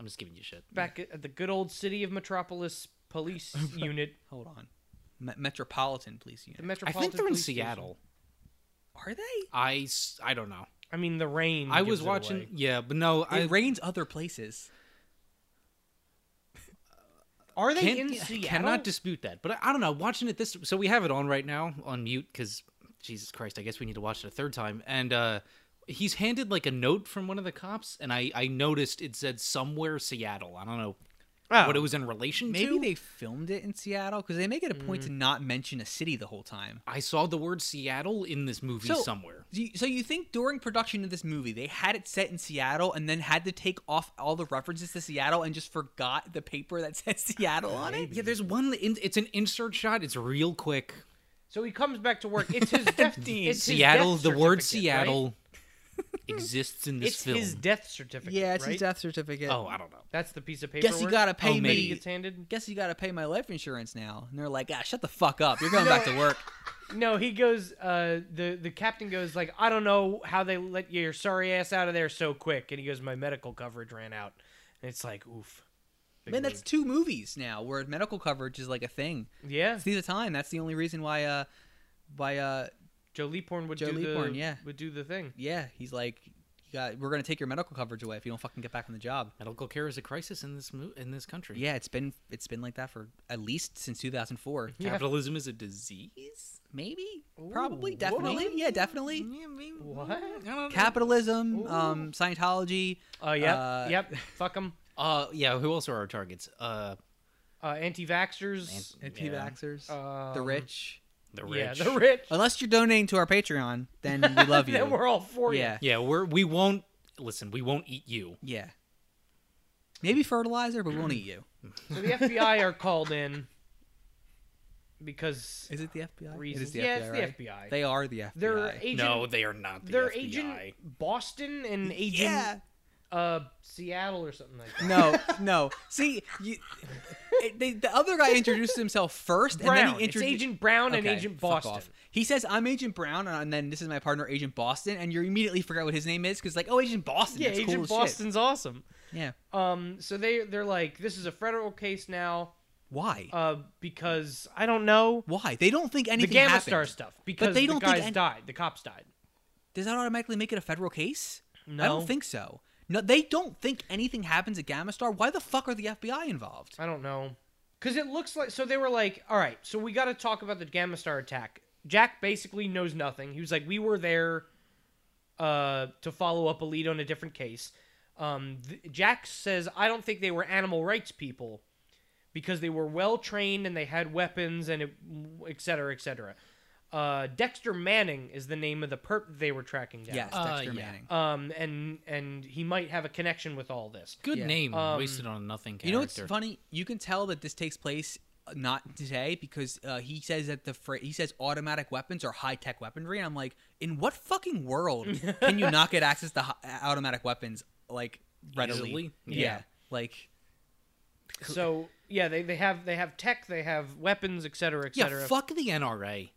I'm just giving you shit. back at the good old city of Metropolis Police Unit. hold on, Me- Metropolitan Police Unit. The I Metropolitan think they're in Police Station. Seattle. Are they? I, s- I don't know. I mean, the rain. I gives was it watching. away. Yeah, but no, I It rains other places. Are they can't, in Seattle? cannot dispute that. But I, I don't know. Watching it this, so we have it on right now on mute because Jesus Christ, I guess we need to watch it a third time. And uh, he's handed like a note from one of the cops, and I I noticed it said somewhere Seattle. I don't know Oh. what it was in relation Maybe to. they filmed it in Seattle because they make it a point to Mm. not mention a city the whole time. I saw the word Seattle in this movie So- somewhere. Do you- So you think during production of this movie they had it set in Seattle and then had to take off all the references to Seattle and just forgot the paper that said Seattle on it? Yeah, there's one. In, it's an insert shot. It's real quick. So he comes back to work. It's his death. it's his Seattle. death The word certificate, right? Seattle exists in this It's film. his death certificate. right? death certificate. oh, I don't know. That's the piece of paper. Guess you gotta pay Oh, that he maybe. me. gets handed. Guess you gotta pay my life insurance now. And they're like, ah, shut the fuck up. You're going back to work. No, he goes. Uh, the the captain goes like, I don't know how they let your sorry ass out of there so quick. And he goes, my medical coverage ran out. And it's like, oof. Big Man, that's mood. two movies now where medical coverage is like a thing. yeah. See the time. That's the only reason why, uh, why, uh, Joe Leaporn would Joe do Leaporn, the yeah. would do the thing. yeah, he's like, you got, we're gonna take your medical coverage away if you don't fucking get back on the job. Medical care is a crisis in this mo- in this country. Yeah, it's been it's been like that for at least since 2004. Yeah. Capitalism is a disease. Maybe, Mm-hmm. Ooh, probably, whoa. definitely, yeah, definitely. What? Capitalism, Ooh. um, Scientology. Oh yep, Uh, yep. Fuck them. Uh, yeah. Who else are our targets? Uh, Uh, anti-vaxxers. Ant- Anti-vaxxers, the um, rich. the Yeah, rich. the rich. Unless you're donating to our Patreon, then we love you. then we're all for yeah, Yeah, we're we won't listen. We won't eat you. yeah. Maybe fertilizer, but we won't eat you. you. So the FBI are called in because Is it the FBI? It reasons. is the FBI. yeah, it's the right? FBI. They are the FBI. Their agent. no, they are not. The their FBI. agent Boston and agent yeah. uh Seattle or something like that. No, no. See, you, it, they, the other guy introduced himself first, and then Brown. he It's introduced Agent Brown and Agent Boston. He says, "I'm Agent Brown," and then this is my partner, Agent Boston, and you immediately forget what his name is because, like, oh, Agent Boston. Yeah, that's cool Agent as shit. Boston's awesome. Yeah. Um, so they they're like, this is a federal case now, Why? uh, because I don't know Why? They don't think the anything Gamma happened. Star stuff because they the don't think guys any- died, the cops died. Does that automatically make it a federal case? I No. don't think so. No, they don't think anything happens at Gamma Star. Why the fuck are the FBI involved? I don't know. Because it looks like. So they were like, all right, so we got to talk about the Gamma Star attack. Jack basically knows nothing. He was like, we were there uh, to follow up a lead on a different case. Um, th- Jack says, I don't think they were animal rights people because they were well trained and they had weapons and it, et cetera, et cetera. Uh, Dexter Manning is the name of the perp that they were tracking down. Yes, Uh, Dexter yeah. Manning. Um, and and he might have a connection with all this. Good Yeah. name Um, wasted on a nothing. Character. You know what's funny? You can tell that this takes place uh, not today because uh, he says that the fra- he says automatic weapons are high tech weaponry, and I'm like, in what fucking world can you not get access to hi- automatic weapons like readily? Easily? Yeah. Yeah. like So yeah, they, they have they have tech, they have weapons, et cetera, et Yeah, cetera. fuck the NRA.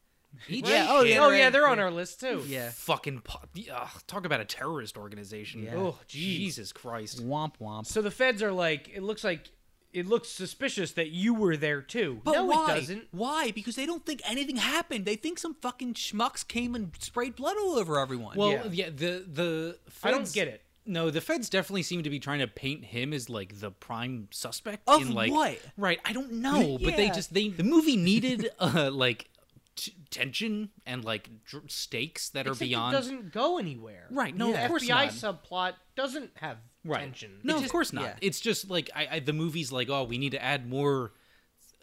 Eat Yeah, shit. oh, yeah. oh yeah, they're on our list too. yeah, Fucking po- ugh, talk about a terrorist organization. Yeah. Oh geez. Jesus Christ. womp womp. So the feds are like, it looks like it looks suspicious that you were there too. But no, why? it doesn't. Why? Because they don't think anything happened. They think some fucking schmucks came and sprayed blood all over everyone. Well, Yeah. yeah, the the I don't feds- get it. No, the feds definitely seem to be trying to paint him as like the prime suspect Of in like what? Right, I don't know, but they Yeah. just they the movie needed uh like t- tension and like dr- stakes that Except are beyond it doesn't go anywhere. Right, no, the of course FBI subplot doesn't have tension. No, It's of just- course not. yeah. It's just like I, I the movie's like, oh, we need to add more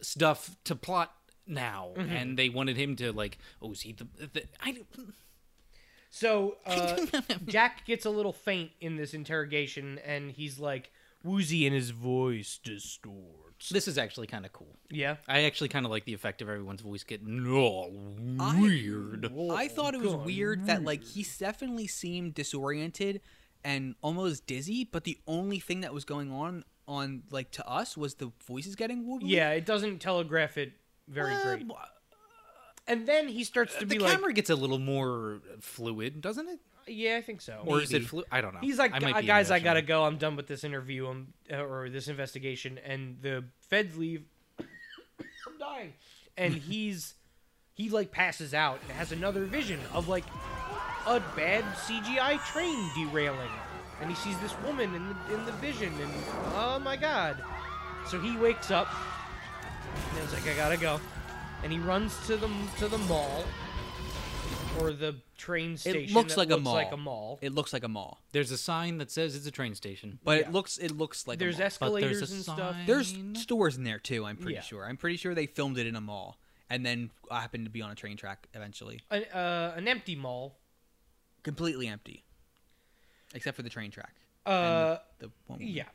stuff to plot now, Mm-hmm. and they wanted him to like, oh, is he the? the I don't- So uh, Jack gets a little faint in this interrogation, and he's like woozy, and his voice distorts. this is actually kind of cool. Yeah, I actually kind of like the effect of everyone's voice getting all I- weird. I thought it was weird that like he definitely seemed disoriented and almost dizzy, but the only thing that was going on on like to us was the voices getting wobbly. yeah. It doesn't telegraph it very Uh, great. Uh, And then he starts to the be like, camera gets a little more fluid, doesn't it? "Yeah, I think so." Or is it Maybe. fluid? I don't know. He's like, I might "Gu- be guys, I gotta imagining. go. I'm done with this interview um, or this investigation. And the feds leave. I'm dying. And he's, he like passes out and has another vision of like a bad CGI train derailing. And he sees this woman in the, in the vision and oh my god. So he wakes up and he's like, I gotta go. And he runs to the, to the mall or the train station. It looks that like, a looks mall. like a mall. It looks like a mall, There's a sign that says it's a train station. but Yeah. it looks it looks like there's a mall. But escalators there's a and sign. stuff. there's stores in there too. I'm pretty Yeah. sure. I'm pretty sure they filmed it in a mall and then happened to be on a train track eventually, an, uh, an empty mall. completely empty, except for the train track. Uh, The one yeah.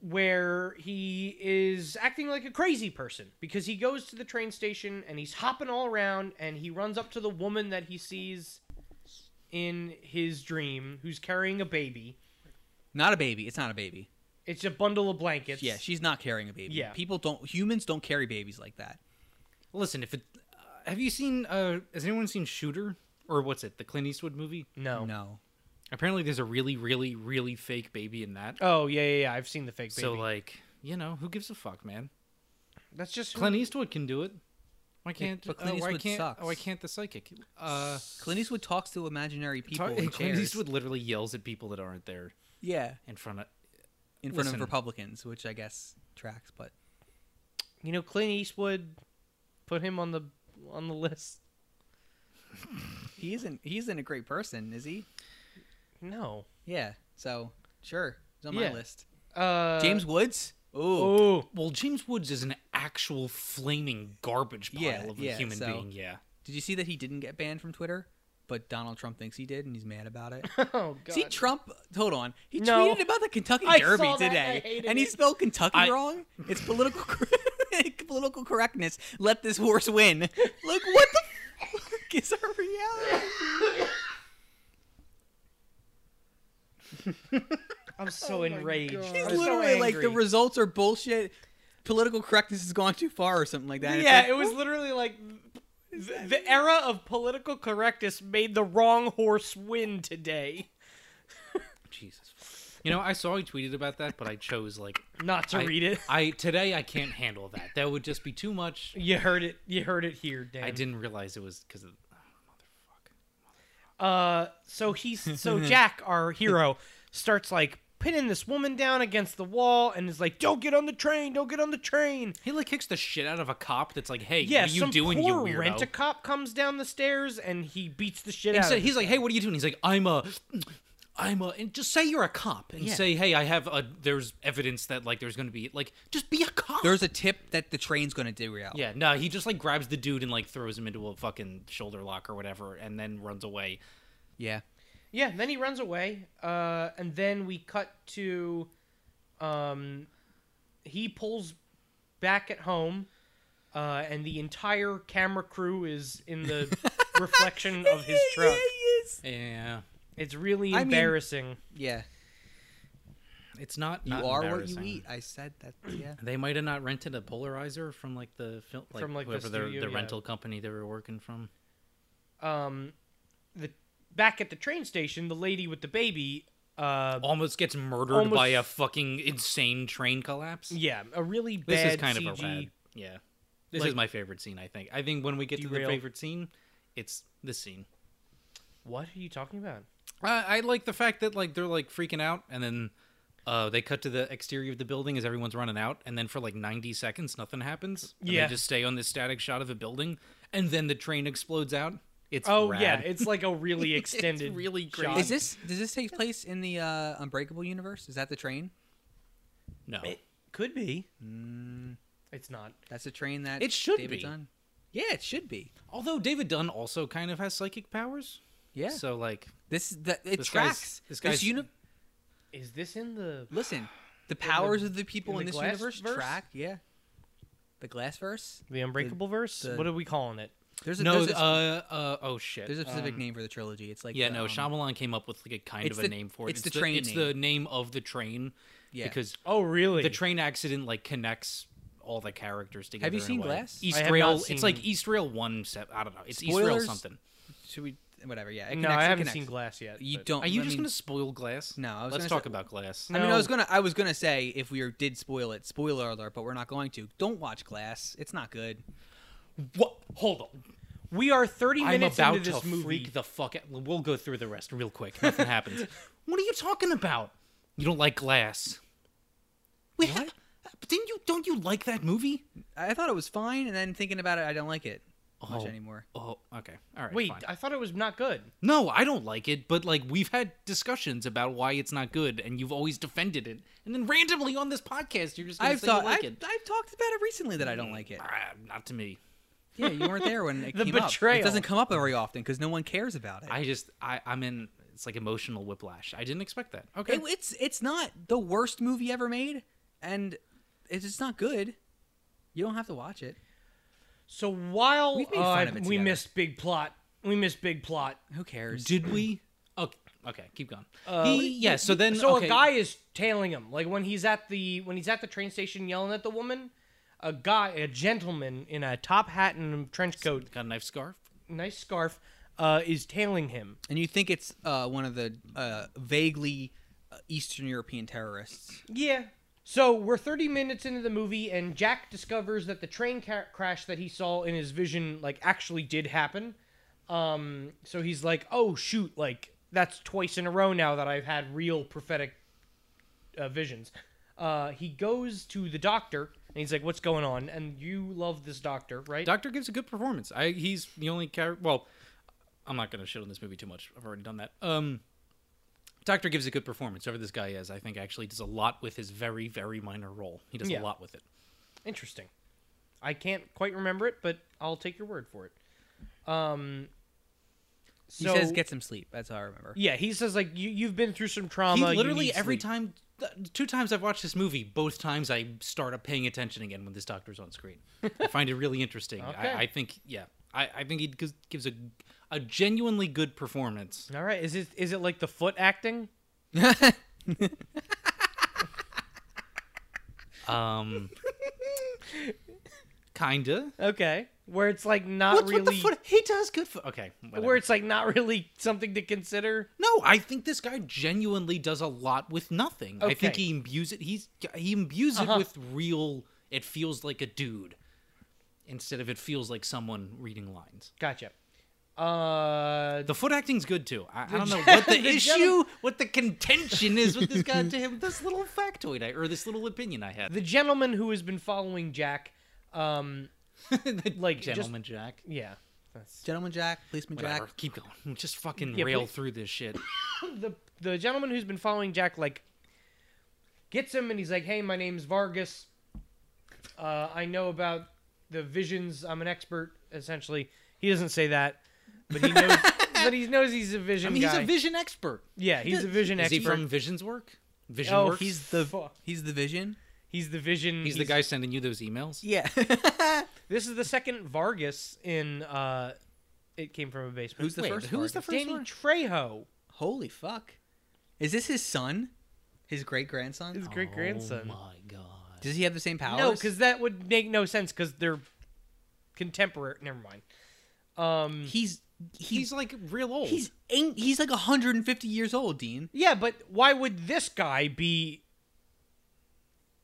Where he is acting like a crazy person because he goes to the train station and he's hopping all around and he runs up to the woman that he sees in his dream who's carrying a baby. not a baby. It's not a baby. It's a bundle of blankets. Yeah, she's not carrying a baby. Yeah. people don't. Humans don't carry babies like that. Listen, if it uh, have you seen uh has anyone seen Shooter or what's it? The Clint Eastwood movie? no. No. Apparently there's a really really really fake baby in that. Oh yeah, yeah, yeah. I've seen the fake baby. So like, you know, who gives a fuck, man? that's just who- Clint Eastwood can do it. Why can't but Clint uh, why Eastwood can't sucks. why can't the psychic? Uh Clint Eastwood talks to imaginary people. tar- in Clint chairs. Eastwood literally yells at people that aren't there Yeah, in front of in front Listen. of Republicans, which I guess tracks. But you know Clint Eastwood put him on the on the list. he isn't. He isn't a great person, is he? No. Yeah. So sure, he's on Yeah. my list. Uh, James Woods. Ooh. Oh. Well, James Woods is an actual flaming garbage pile Yeah, of a yeah, human so- being, yeah. Did you see that he didn't get banned from Twitter? But Donald Trump thinks he did, and he's mad about it. Oh god. See, Trump. Hold on. He No. tweeted about the Kentucky I Derby saw that. I today, hated and he it. spelled Kentucky I- wrong. It's political cor- political correctness. Let this horse win. Look what the fuck is our reality? I'm so enraged. He's I'm so literally like the angry. results are bullshit. Political correctness has gone too far, or something like that. It's Yeah, like, it was literally like th- the era of political correctness made the wrong horse win today. Jesus. You know, I saw he tweeted about that, but I chose like Not to I- read it. I today I can't handle that. That would just be too much. You heard it. You heard it here, Dan. I didn't realize it was because of. Oh, motherfucker. Uh, so he's so Jack, our hero, starts like pinning this woman down against the wall and is like, "Don't get on the train! Don't get on the train!" He like kicks the shit out of a cop that's like, "Hey, Yeah, what are you some doing, you poor weirdo?" rent a cop comes down the stairs and he beats the shit And out. so of he's like, "Hey, what are you doing?" He's like, "I'm a, I'm a," and just say you're a cop and Yeah. say, "Hey, I have a." There's evidence that like there's gonna be like just be a cop. There's a tip that the train's gonna derail. yeah, no, he just like grabs the dude and like throws him into a fucking shoulder lock or whatever, and then runs away. yeah. Yeah, then he runs away, uh, and then we cut to, um, he pulls back at home, uh, and the entire camera crew is in the reflection of his Yeah, truck. yes. Yeah, It's really I mean- embarrassing. Yeah. it's not. You not are what you embarrassing. eat. I said that. Yeah. They might have not rented a polarizer from like the film, like, From, like, the whoever their, studio, the yeah. rental company they were working from. um, the back at the train station, the lady with the baby Uh, almost gets murdered Almost- by a fucking insane train collapse. yeah, a really This bad is kind CG. of a rad. Yeah. This Like- is my favorite scene, I think. I think when we get to Derail. the favorite scene, it's this scene. What are you talking about? I, I like the fact that like they're like freaking out and then uh, they cut to the exterior of the building as everyone's running out and then for like 90 seconds nothing happens. and Yeah. They just stay on this static shot of a building and then the train explodes out. It's Oh rad. yeah, it's like a really extended. really great. shot. Is this does this take place in the uh, Unbreakable universe? Is that the train? no. It could be. Mm. It's not. That's the train that It should David be. Dunn. Yeah, it should be. Although David Dunn also kind of has psychic powers. Yeah. So like This the, it This guy's- tracks. this guy's- uni- Is this in the? listen. The powers the- of the people in in, the this glass universe verse? track. Yeah. The glass verse. The Unbreakable verse? the- what are we calling it? There's a no, there's a, uh, uh, oh shit. there's a specific Um, name for the trilogy. It's like Yeah, the, no, um, Shyamalan came up with like a kind it's of a the- name for it. it's the train It's the name of the train. Yeah. Because Oh, really? the train accident like connects all the characters together. Have you in a seen way. Glass? East I have Rail. not It's like seen- East Rail One. se- I don't know. It's East Rail Spoilers? something. should we whatever? Yeah. It No, connects, I it haven't connects. seen Glass yet. You but- don't. Are you I just mean- gonna spoil Glass? No, I was Let's gonna talk say- about Glass. I mean, I was No. gonna, I was gonna say if we did spoil it, spoiler alert, but we're not going to. Don't watch Glass; it's not good. What? Hold on. We are 30 I'm minutes about into this to movie. freak the fuck out. We'll go through the rest real quick. Nothing happens. What are you talking about? You don't like Glass? We what? didn't you? Don't you like that movie? I thought it was fine, and then thinking about it, I don't like it much Oh. anymore. Oh, okay. All right. Wait, fine. I thought it was not good. No, I don't like it, but like we've had discussions about why it's not good, and you've always defended it, and then randomly on this podcast you're just gonna I've say thought, you like I've, it. I've talked about it recently that I don't like it. Ah, not to me. Yeah, you weren't there when it The came up. betrayal. It doesn't come up very often because no one cares about it. I just I I'm in. It's like emotional whiplash. I didn't expect that. Okay. It- It's it's not the worst movie ever made, and it's just not good. You don't have to watch it. So while We've made uh, fun of it we together. missed big plot, we missed big plot. Who cares? Did we? Okay. Okay. Keep going. Uh, he, yeah. So then. so okay, a guy is tailing him. Like when he's at the when he's at the train station yelling at the woman, a guy, a gentleman in a top hat and trench coat, got a knife scarf. nice scarf, uh, is tailing him. and you think it's uh, one of the uh, vaguely uh, Eastern European terrorists? Yeah. So we're 30 minutes into the movie, and Jack discovers that the train ca- crash that he saw in his vision, like, actually did happen. Um, so he's like, "Oh shoot! Like that's twice in a row now that I've had real prophetic uh, visions." Uh, he goes to the doctor, and he's like, "What's going on?" And you love this doctor, right? Doctor gives a good performance. I he's the only character. Well, I'm not gonna shit on this movie too much. I've already done that. Um, Doctor gives a good performance. Whoever this guy is, I think actually does a lot with his very very minor role. He does Yeah. a lot with it. Interesting. I can't quite remember it, but I'll take your word for it. Um, He so says, "Get some sleep." That's how I remember. Yeah, he says like you you've been through some He trauma. you literally need every sleep." time, th- two times I've watched this movie. Both times I start up paying attention again when this doctor's on screen. I find it really interesting. Okay. I, I think yeah. I, I think he gives, gives a a genuinely good performance. All right, is it is it like the foot acting? Um, kinda. Okay, where it's like not What's really with the foot? He does good foot. Okay. whatever. where it's like not really something to consider. no, I think this guy genuinely does a lot with nothing. I think Okay. he imbues it. He's he imbues Uh-huh. it with real. It feels like a dude, instead of it feels like someone reading lines. Gotcha. Uh, The foot acting's good too. I, I don't know gen- what the, the issue, gen- what the contention is with this goddamn this little factoid I, or this little opinion I had. the gentleman who has been following Jack, um, like, just- gentleman Jack. yeah, that's Gentleman Jack, policeman Whatever. Jack. Keep going. Just fucking Yeah, rail please. through this shit. the the gentleman who's been following Jack like gets him and he's like, "Hey, my name's Vargas. Uh, I know about the visions. I'm an expert." Essentially, he doesn't say that, but he knows. but he knows he's a vision I mean, he's guy. a vision expert. yeah, he's a vision Is expert. he from Vision's work? Vision oh, Works? he's the fuck. He's the Vision. he's the vision. He's the guy sending you those emails. Yeah. This is the second Vargas in. uh It came from a basement. Who's the Wait, first? who was the target? first Danny one? Trejo, Holy fuck! Is this his son? His great his grandson? great grandson. Oh my god. Does he have the same powers? No, because that would make no sense because they're contemporary. Never mind. Um, he's he- he's like real old. he's an- he's like 150 years old, Dean. Yeah, but why would this guy be?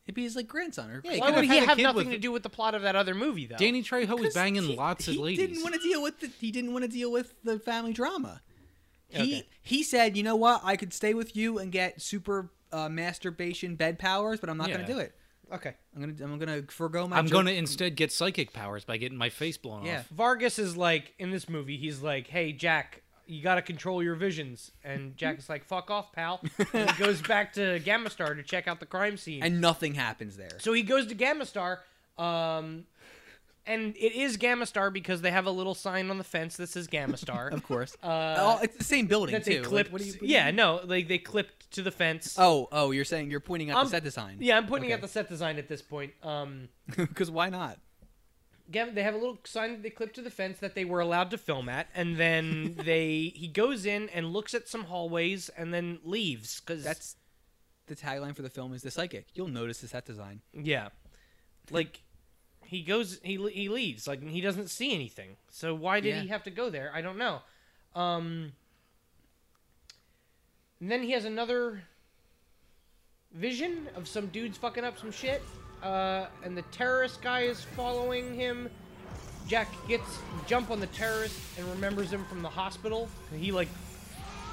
It'd be his like grandson or he Why could would have he had a have kid nothing with- to do with the plot of that other movie, though? Danny Trejo was Oh, banging he- lots of he ladies. didn't want to deal with the, he didn't want to deal with the family drama. He Okay. he said, you know what? I could stay with you and get super uh, masturbation bed powers, but I'm not going Yeah. to do it. okay. I'm gonna I'm gonna forego my. I'm joke- going to instead get psychic powers by getting my face blown Yeah. off. Vargas is like in this movie. He's like, "Hey, Jack, you got to control your visions," and Jack is like, "Fuck off, pal." And he goes back to Gamma Star to check out the crime scene. and nothing happens there. So he goes to Gamma Star, um, and it is Gamma Star because they have a little sign on the fence that says Gamma Star. Of course, Uh, oh, it's the same building that too. they Like, clipped. what do you- what do you- yeah, no, like they clipped to the fence. Oh, oh, you're saying you're pointing out I'm- the set design. yeah, I'm pointing okay. out the set design at this point. Um, Because why not? Gavin, they have a little sign that they clipped to the fence that they were allowed to film at, and then they he goes in and looks at some hallways and then leaves because That's the tagline for the film is the psychic. You'll notice the set design. yeah, like he goes he le- he leaves like he doesn't see anything. So why did he Yeah. have to go there? I don't know. Um, and then he has another vision of some dudes fucking up some shit, uh, and the terrorist guy is following him. Jack gets jump on the terrorist and remembers him from the hospital. And he like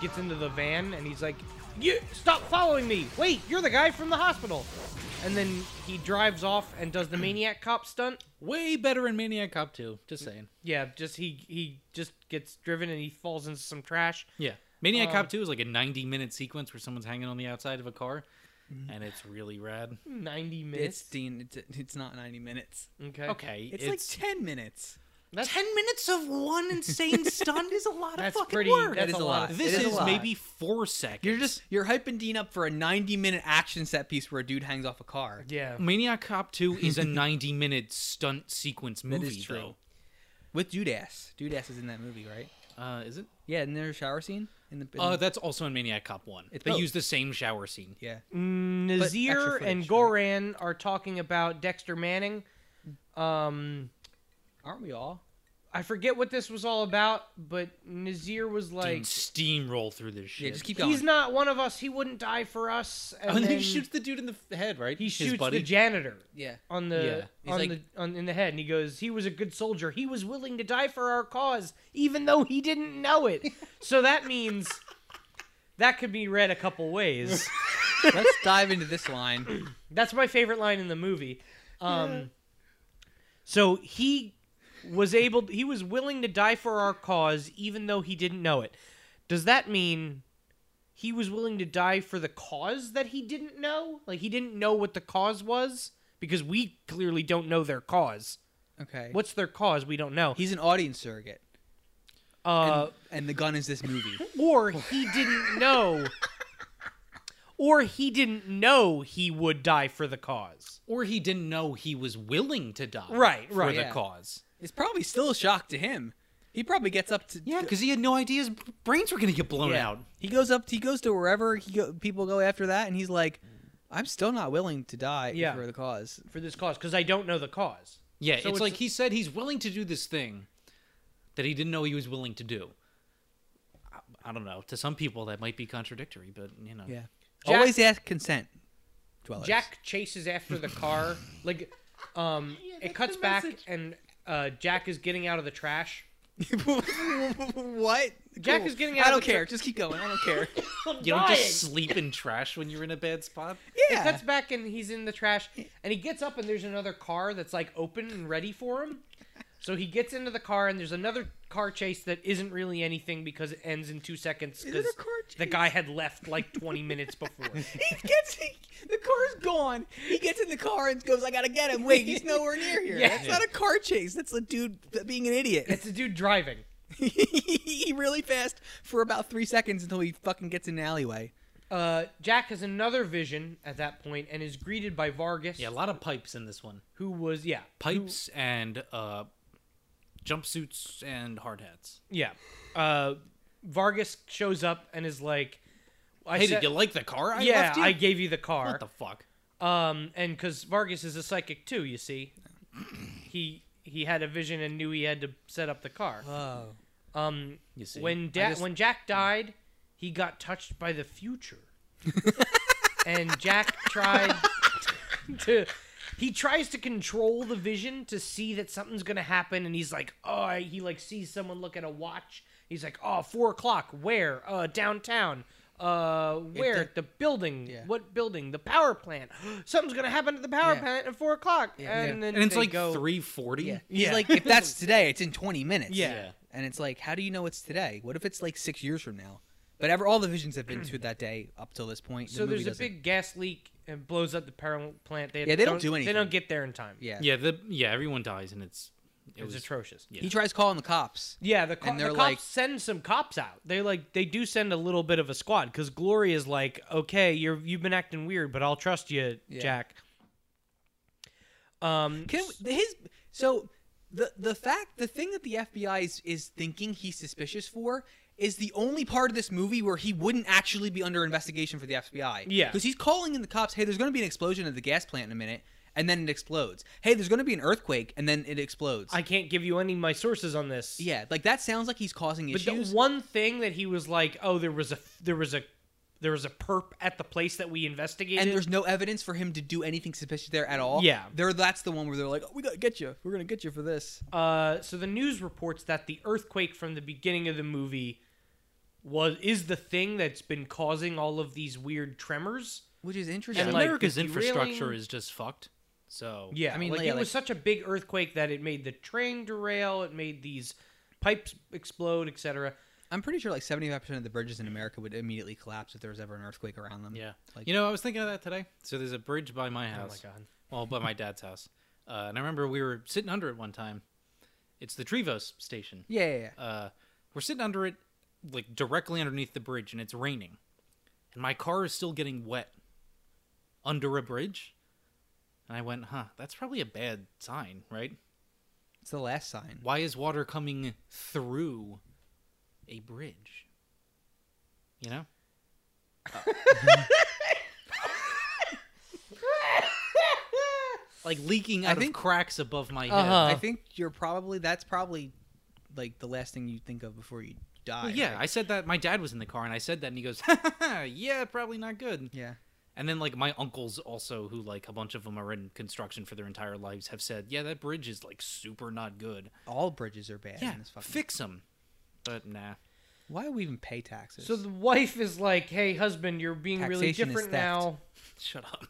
gets into the van and he's like, "You stop following me! Wait, you're the guy from the hospital." And then he drives off and does the maniac cop stunt. Way better in Maniac Cop 2. Just saying. Yeah, just he he just gets driven and he falls into some trash. Yeah. Maniac Uh, Cop 2 is like a 90 minute sequence where someone's hanging on the outside of a car, and it's really rad. Ninety It's minutes. Dean. It's, it's not 90 minutes. okay. Okay. It's, like 10 minutes. That's, 10 minutes of one insane stunt is a lot of That's fucking pretty- work. that's That a is a lot. lot. this It is, a lot. maybe four seconds. You're just you're hyping Dean up for a 90 minute action set piece where a dude hangs off a car. yeah. Maniac Cop 2 is a 90 minute stunt sequence That movie, is true. With Dudas. Dudas is in that movie, right? though. Uh, is it? Yeah, in their shower scene in the in Oh, Uh, the- that's also in Maniac Cop 1. It's they both. use the same shower scene. yeah. Nazir extra Mm, and footage, Goran are talking about Dexter Manning. Um, Aren't we all? I forget what this was all about, but Nazir was Like, like, steamroll through this shit. Yeah, just keep going. "He's not one of us. He wouldn't die for us." And, Oh, and then he shoots the dude in the f- head, right? he His shoots buddy. the janitor yeah. on the Yeah. He's on like- the on in the head, and he goes, "He was a good soldier. He was willing to die for our cause, even though he didn't know it." so that means that could be read a couple ways. Let's dive into this line. That's my favorite line in the movie. Um, So he was able, he was willing to die for our cause, even though he didn't know it. Does that mean he was willing to die for the cause that he didn't know? Like he didn't know what the cause was because we clearly don't know their cause. Okay. What's their cause? We don't know. He's an audience surrogate. Uh, And the gun is this movie. or he didn't know. Or he didn't know he would die for the cause. or he didn't know he was willing to die Right, for right. the Yeah. cause It's probably still a shock to him. He probably gets up to yeah because he had no idea his brains were gonna get blown Yeah. out He goes up. He goes to wherever he go, people go after that, and he's like, "I'm still not willing to die Yeah. for the cause." For this cause, because I don't know the cause. yeah So it's, it's- like he said he's willing to do this thing that he didn't know he was willing to do I- I don't know. To some people, that might be contradictory, but you know. Yeah. Jack- Always ask consent. Dwellers. Jack chases after the car. Like, um, it cuts back and uh, Jack is getting out of the trash. what? Jack Cool. is getting out I of don't the care. Just keep going. I don't care. You don't just sleep in trash when you're in a bad spot. It yeah. cuts back and he's in the trash, and he gets up and there's another car that's like open and ready for him. So he gets into the car and there's another car chase that isn't really anything because it ends in two seconds it a because car the guy had left like 20 minutes before. He gets he, the car's gone. He gets in the car and goes, "I gotta get him." Wait, he's nowhere near here. Yeah. That's not a car chase. That's a dude being an idiot. It's a dude driving. he really fast for about three seconds until he fucking gets in an alleyway. Uh, Jack has another vision at that point and is greeted by Vargas, Yeah, a lot of pipes in this one. who was yeah Pipes and uh, jumpsuits and hard hats. Yeah. Uh, Vargas shows up and is like, I Hey, said- did you like the car I yeah, left you? I gave you the car. What the fuck? um, and because Vargas is a psychic too, you see, he he had a vision and knew he had to set up the car. Oh. Um, You see, I when da- just- when Jack died, he got touched by the future, and Jack tried to. He tries to control the vision to see that something's gonna happen, and he's like, "Oh!" I-" He like sees someone look at a watch. He's like, "Oh, four o'clock. Where? Uh, downtown. Uh, where? that- the building. Yeah. What building? The power plant. something's gonna happen at the power Yeah. plant at four o'clock." And Yeah. then and it's they like go, three forty. Yeah. He's Yeah. like, if that's today, it's in 20 minutes. Yeah. Yeah. And it's like, how do you know it's today? What if it's like six years from now? But ever, all the visions have been to that day up till this point. The So movie there's a doesn't. big gas leak and blows up the power plant. They Yeah, they don't do They don't anything. get there in time. Yeah. Yeah, the yeah everyone dies and it's it it was, was atrocious. Yeah, Yeah. He tries calling the cops. the, co- And the they're cops like- send some cops out. They like they do send a little bit of a squad because Gloria's like, okay, you're you've been acting weird, but I'll trust you, Yeah. Jack. Um, Can his so the the fact the thing that the FBI is, is thinking he's suspicious for is the only part of this movie where he wouldn't actually be under investigation for the FBI. Yeah. because he's calling in the cops. Hey, there's going to be an explosion at the gas plant in a minute, and then it explodes. Hey, there's going to be an earthquake, and then it explodes. I can't give you any of my sources on this. yeah, like that sounds like he's causing but issues. the one thing that he was like, oh, there was a there was a there was a perp at the place that we investigated, and there's no evidence for him to do anything suspicious there at all. Yeah. there. That's the one where they're like, oh, "We gotta get you. We're gonna get you for this." Uh, so the news reports that the earthquake from the beginning of the movie was is the thing that's been causing all of these weird tremors. Which is interesting. and like, America's the derailing- infrastructure is just fucked. So Yeah, I I mean, mean, like yeah, it was like- such a big earthquake that it made the train derail, it made these pipes explode, etc. I'm pretty sure like 75% of the bridges in America would immediately collapse if there was ever an earthquake around them. Yeah. Like, you know, I was thinking of that today. So there's a bridge by my Oh my house. god. Well, by my dad's house. Uh, and I remember we were sitting under it one time. It's the Trevose station. yeah, yeah, yeah. Uh, we're sitting under it, like directly underneath the bridge, and it's raining. And my car is still getting wet under a bridge. And I went, huh, that's probably a bad sign, right? It's the last sign. Why is water coming through a bridge? You know? like leaking I out think- of cracks above my head. Uh-huh. I think you're probably, that's probably like the last thing you think of before you die. Well, yeah, right? I said that. My dad was in the car, and I said that, and he goes, "Yeah, probably not good." Yeah. And then like my uncles also, who like a bunch of them are in construction for their entire lives, have said, "Yeah, that bridge is like super not good. All bridges are bad Yeah, in this fucking. fix them." But nah. Why do we even pay taxes? So the wife is like, "Hey, husband, you're being really Taxation is different theft. now. Shut up.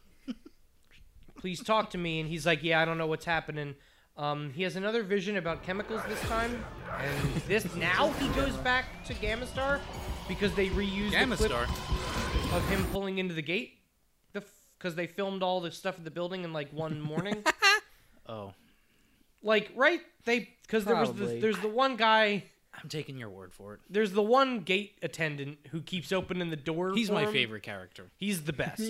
Please talk to me." And he's like, "Yeah, I don't know what's happening." Um, he has another vision about chemicals this time, and this now he goes back to Gamma Star because they reused Gamma the clip Star. of him pulling into the gate because they filmed all the stuff at the building in like one morning Oh, like right they because there was the, Probably. there's the one guy I'm taking your word for it. there's the one gate attendant who keeps opening the door He's for my him. favorite character. he's the best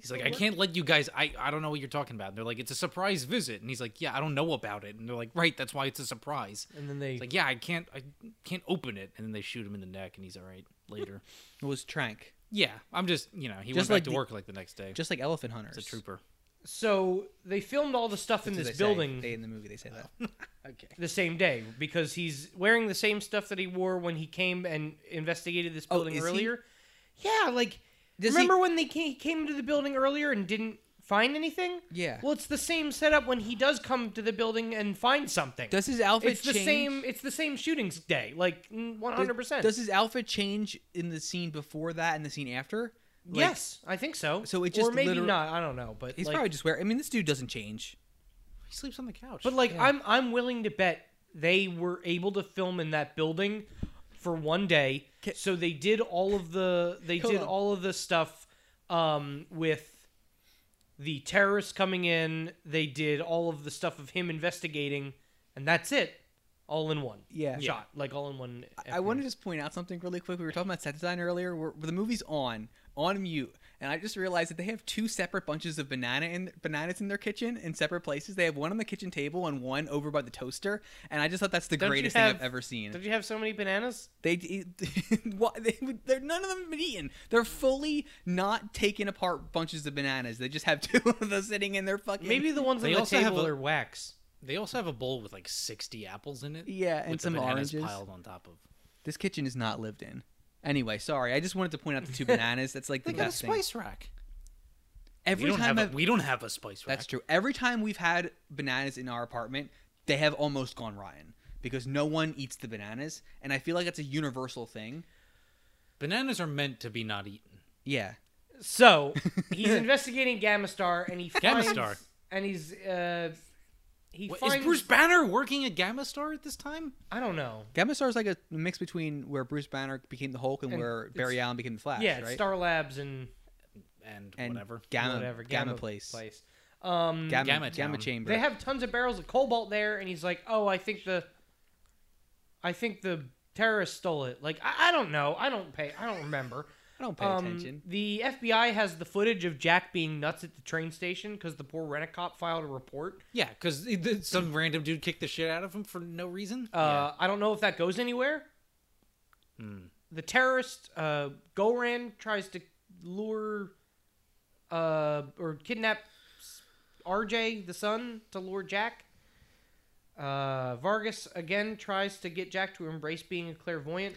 He's like, I can't let you guys. I I don't know what you're talking about. And they're like, it's a surprise visit, and he's like, yeah, I don't know about it. And they're like, right, that's why it's a surprise. and then they He's like, yeah, I can't I can't open it. And then they shoot him in the neck, and he's all right later. it was Trank. Yeah, I'm just you know he Just went like back to the- work like the next day. Just like elephant hunters. He's a trooper. so they filmed all the stuff in That's what this they say. building They in the movie, they say that. the same day because he's wearing the same stuff that he wore when he came and investigated this Oh, building is he? earlier yeah like Does he- remember when they came, he came into the building earlier and didn't find anything Yeah. well it's the same setup when he does come to the building and find something Does his outfit it's the change? same it's the same shootings day like mm, 100% Does his outfit change in the scene before that and the scene after? Like, yes i think so So it or just maybe literal- not i don't know but He's like, probably just wearing. I mean, this dude doesn't change. He sleeps on the couch. But like I'm I'm willing to bet they were able to film in that building for one day. So they did all of the they Hold did on. all of the stuff um with the terrorists coming in, they did all of the stuff of him investigating and that's it. All in one. Yeah. Shot. Like all in one. I want to just point out something really quick. We were talking about set design earlier. Where, where the movie's on on mute, and I just realized that they have two separate bunches of banana in bananas in their kitchen in separate places. They have one on the kitchen table and one over by the toaster. And I just thought that's the Don't you greatest have- thing I've ever seen. Did you have so many bananas? They, what- they they're none of them have been eaten. They're fully not taken apart bunches of bananas. They just have two of those sitting in their fucking. Maybe the ones They on the also have table a- are wax. They also have a bowl with like 60 apples in it. Yeah, and with the some bananas oranges. piled on top of. This kitchen is not lived in. Anyway, sorry. I just wanted to point out the two bananas. That's like the They got a best thing. spice rack. Every we don't time have I've, a, we don't have a spice rack. that's true. Every time we've had bananas in our apartment, they have almost gone Ryan because no one eats the bananas, and I feel like that's a universal thing. Bananas are meant to be not eaten. Yeah, So he's investigating Gamma Star, and he Gamma finds, Star. and he's uh, he What, finds. Is Bruce Banner working at Gamma Star at this time? I don't know. Gamastar is like a mix between where Bruce Banner became the Hulk and, And where it's- Barry Allen became the Flash. yeah, it's right. Star Labs and And, and whatever. Gamma, whatever Gamma, place, Gamma, Um, Gamma Gamma, Town. chamber. they have tons of barrels of cobalt there, and he's like, "Oh, I think the, I think the terrorists stole it." Like I, I don't know. I don't pay. I don't remember. I don't pay Um, attention. The FBI has the footage of Jack being nuts at the train station because the poor rent a cop filed a report. Yeah, because some random dude kicked the shit out of him for no reason. Uh, I don't know if that goes anywhere. Hmm. The terrorist uh, Goran tries to lure uh, or kidnap s- RJ, the son, to lure Jack. Uh, Vargas again tries to get Jack to embrace being a clairvoyant.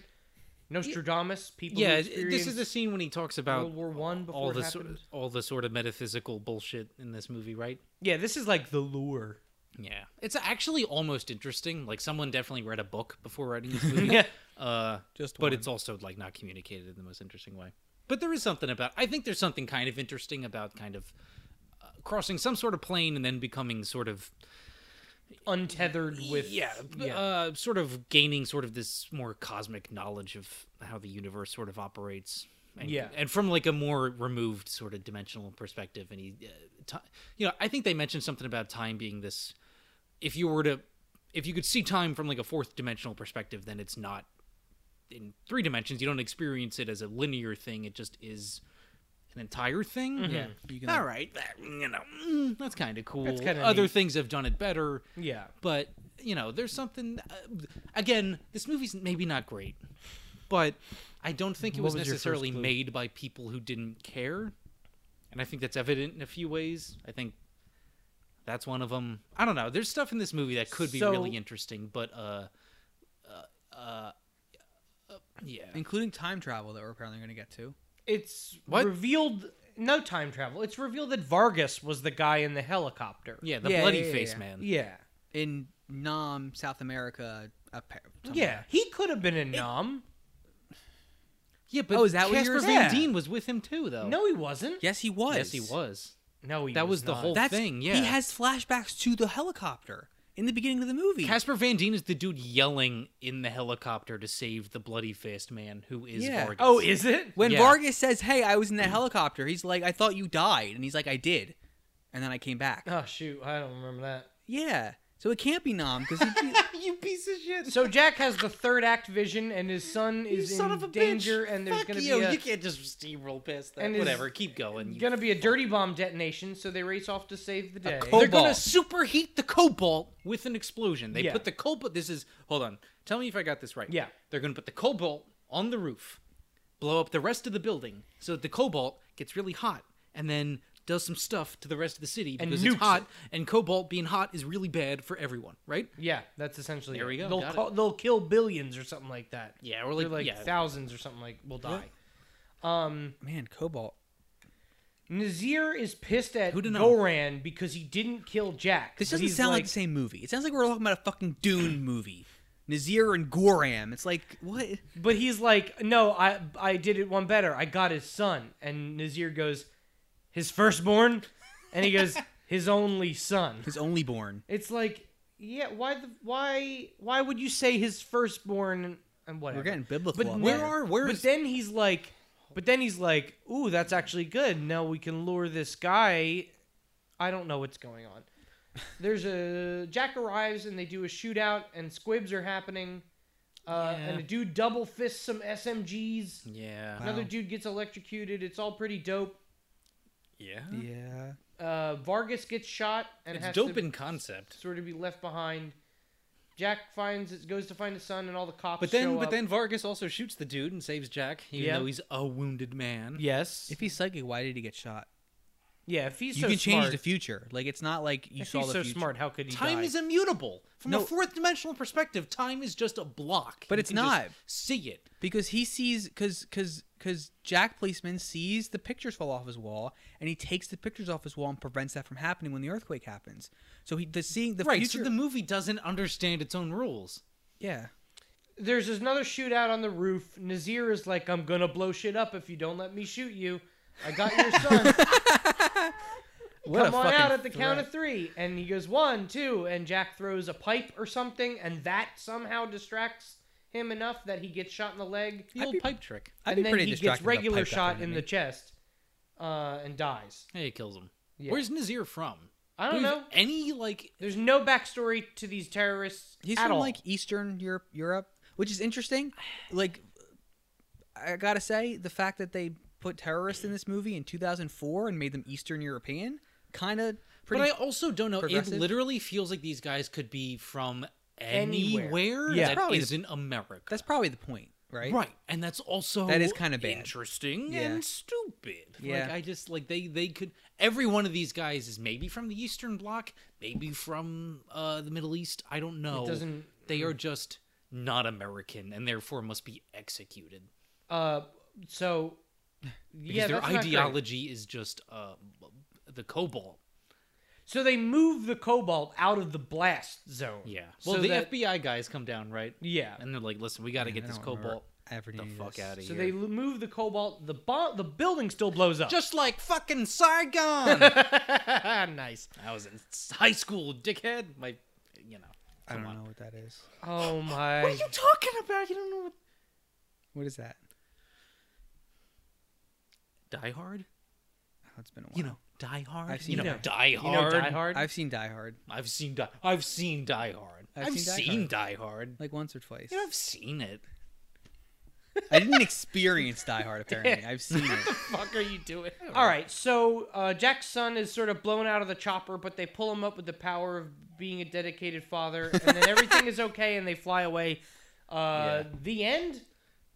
Nostradamus, people. yeah, Yeah, yeah this is the scene when he talks about World War One before all it the so- happened. all the sort of metaphysical bullshit in this movie, right? yeah. This is like the lure. Yeah, it's actually almost interesting. Like someone definitely read a book before writing this movie. Yeah. uh, Just but one. it's also like not communicated in the most interesting way. But there is something about. I think there's something kind of interesting about kind of uh, crossing some sort of plane and then becoming sort of Untethered with yeah, b- Uh, sort of gaining sort of this more cosmic knowledge of how the universe sort of operates. And, Yeah. and from like a more removed sort of dimensional perspective, and he, uh, ti you know, I think they mentioned something about time being this. If you were to, if you could see time from like a fourth dimensional perspective, then it's not in three dimensions. You don't experience it as a linear thing. It just is an entire thing. Yeah. You can, Mm-hmm. All right, that, you know, mm, that's kind of cool. kinda Other neat. things have done it better yeah. but you know there's something uh, again this movie's maybe not great but i don't think it What was, was your first necessarily clue? made by people who didn't care and i think that's evident in a few ways i think that's one of them i don't know there's stuff in this movie that could be So- really interesting but uh uh, uh, uh, yeah including time travel that we're apparently going to get to. It's What? revealed no time travel. It's revealed that Vargas was the guy in the helicopter. yeah the Yeah, bloody yeah, yeah, face yeah. man Yeah. in Nam, South America. appa- somewhere. Yeah. He could have been in Nom. yeah but Oh, is that what you were Casper saying? van dien was with him too though No, he wasn't. Yes, he was. yes he was No, he Oh. That was was the not. whole- That's thing, yeah. He has flashbacks to the helicopter in the beginning of the movie. Casper Van Dien is the dude yelling in the helicopter to save the bloody faced man who is Yeah. Vargas. Oh, is it? when yeah. Vargas says, "Hey, I was in that helicopter," he's like, "I thought you died," and he's like, "I did," and then I came back. Oh shoot, I don't remember that. yeah, so it can't be Nam because you piece of shit! So Jack has the third act vision, and his son is in danger, and there's Fuck gonna you. be a, you can't just steamroll past that. And is- Whatever, keep going. You- gonna be a dirty bomb detonation. So they race off to save the day. cobalt. They're gonna superheat the cobalt with an explosion. They Yeah. put the cobalt. This is hold on. Tell me if I got this right. Yeah. they're gonna put the cobalt on the roof, blow up the rest of the building, so that the cobalt gets really hot, and then does some stuff to the rest of the city And because nukes it's it. hot. And cobalt being hot is really bad for everyone, right? yeah, that's essentially. There it. we go, They'll got it. they'll kill billions or something like that. Yeah, or They're like, like yeah. thousands or something like will die. Um, man, Cobalt. Nazir is pissed at Who dunno? Goran because he didn't kill Jack. This but doesn't he's sound like, the same movie. It sounds like we're talking about a fucking Dune movie. Nazir and Goram. It's like what? But he's like, no, I I did it one better. I got his son. And Nazir goes, his firstborn, and he goes, his only son. His only born. It's like, yeah, why the why why would you say his firstborn and whatever? We're getting biblical. But up where there. are where? But then he's like, but then he's like, ooh, that's actually good. Now we can lure this guy. I don't know what's going on. There's a Jack arrives and they do a shootout and squibs are happening. Uh, Yeah. And a dude double fists some SMGs. Yeah. Another Wow. dude gets electrocuted. It's all pretty dope. Yeah. Yeah. Uh, Vargas gets shot and It's has dope to in concept. sort of be left behind. Jack finds it goes to find his son and all the cops. But then show but up. then Vargas also shoots the dude and saves Jack, even Yeah. though he's a wounded man. yes, If he's psychic, why did he get shot? Yeah, if he's you so can smart, change the future. Like it's not like you if saw he's the so future. smart, how could he Time die? is immutable. From a No. fourth dimensional perspective, time is just a block. But You it's can just not. see it. because he sees because because because Jack Policeman sees the pictures fall off his wall, and he takes the pictures off his wall and prevents that from happening when the earthquake happens. So he the seeing the right. future. So the movie doesn't understand its own rules. yeah. There's another shootout on the roof. Nazir is like, "I'm gonna blow shit up if you don't let me shoot you. I got your son. What Come a on fucking out at the count threat. of three. And he goes one, two, and Jack throws a pipe or something, and that somehow distracts him enough that he gets shot in the leg. The old pipe trick. I'd and be then pretty he distracted gets if a pipe regular got shot thrown at in me. the chest, uh, and dies. Hey, it kills him. Yeah. Where's Nazir from? I don't we have know. Any like There's no backstory to these terrorists He's at from all. like Eastern Europe, Europe, which is interesting. Like, I gotta say, the fact that they put terrorists in this movie in 2004 and made them Eastern European, kind of pretty. But I also don't know. It progressive. literally feels like these guys could be from Anywhere. anywhere Yeah. that Probably the- isn't America. that's probably the point, right? right, and that's also That is kinda bad. interesting Yeah. and stupid. Yeah. Like I just like they they could every one of these guys is maybe from the Eastern Bloc, maybe from uh the Middle East. I don't know. doesn't- They are just not American and therefore must be executed Uh, so because yeah, their that's not great. ideology is just uh the cobalt. So they move the cobalt out of the blast zone. Yeah. So Well, the that- FBI guys come down, right? Yeah. And they're like, "Listen, we got to I get this don't remember cobalt." ever the doing fuck this. out of So they here. l- move the cobalt. The bo- the building still blows up. just like fucking Saigon. I nice. was in s- high school, dickhead. My, you know. I don't know what that is. Oh my. What are you talking about? You don't know what What is that? Die Hard. Oh, it's been a while. You know, Die Hard. I've seen you know, Die- Die You know Hard. Die Hard? I've seen Die Hard I've seen Die. I've seen Die Hard. I've I've, seen seen, Die Hard. Die Hard. like once or twice. You know, I've seen it. I didn't experience Die Hard apparently. I've seen it. Fuck are you doing? All right, so uh, Jack's son is sort of blown out of the chopper, but they pull him up with the power of being a dedicated father, and then everything is okay, and they fly away. Uh, The end,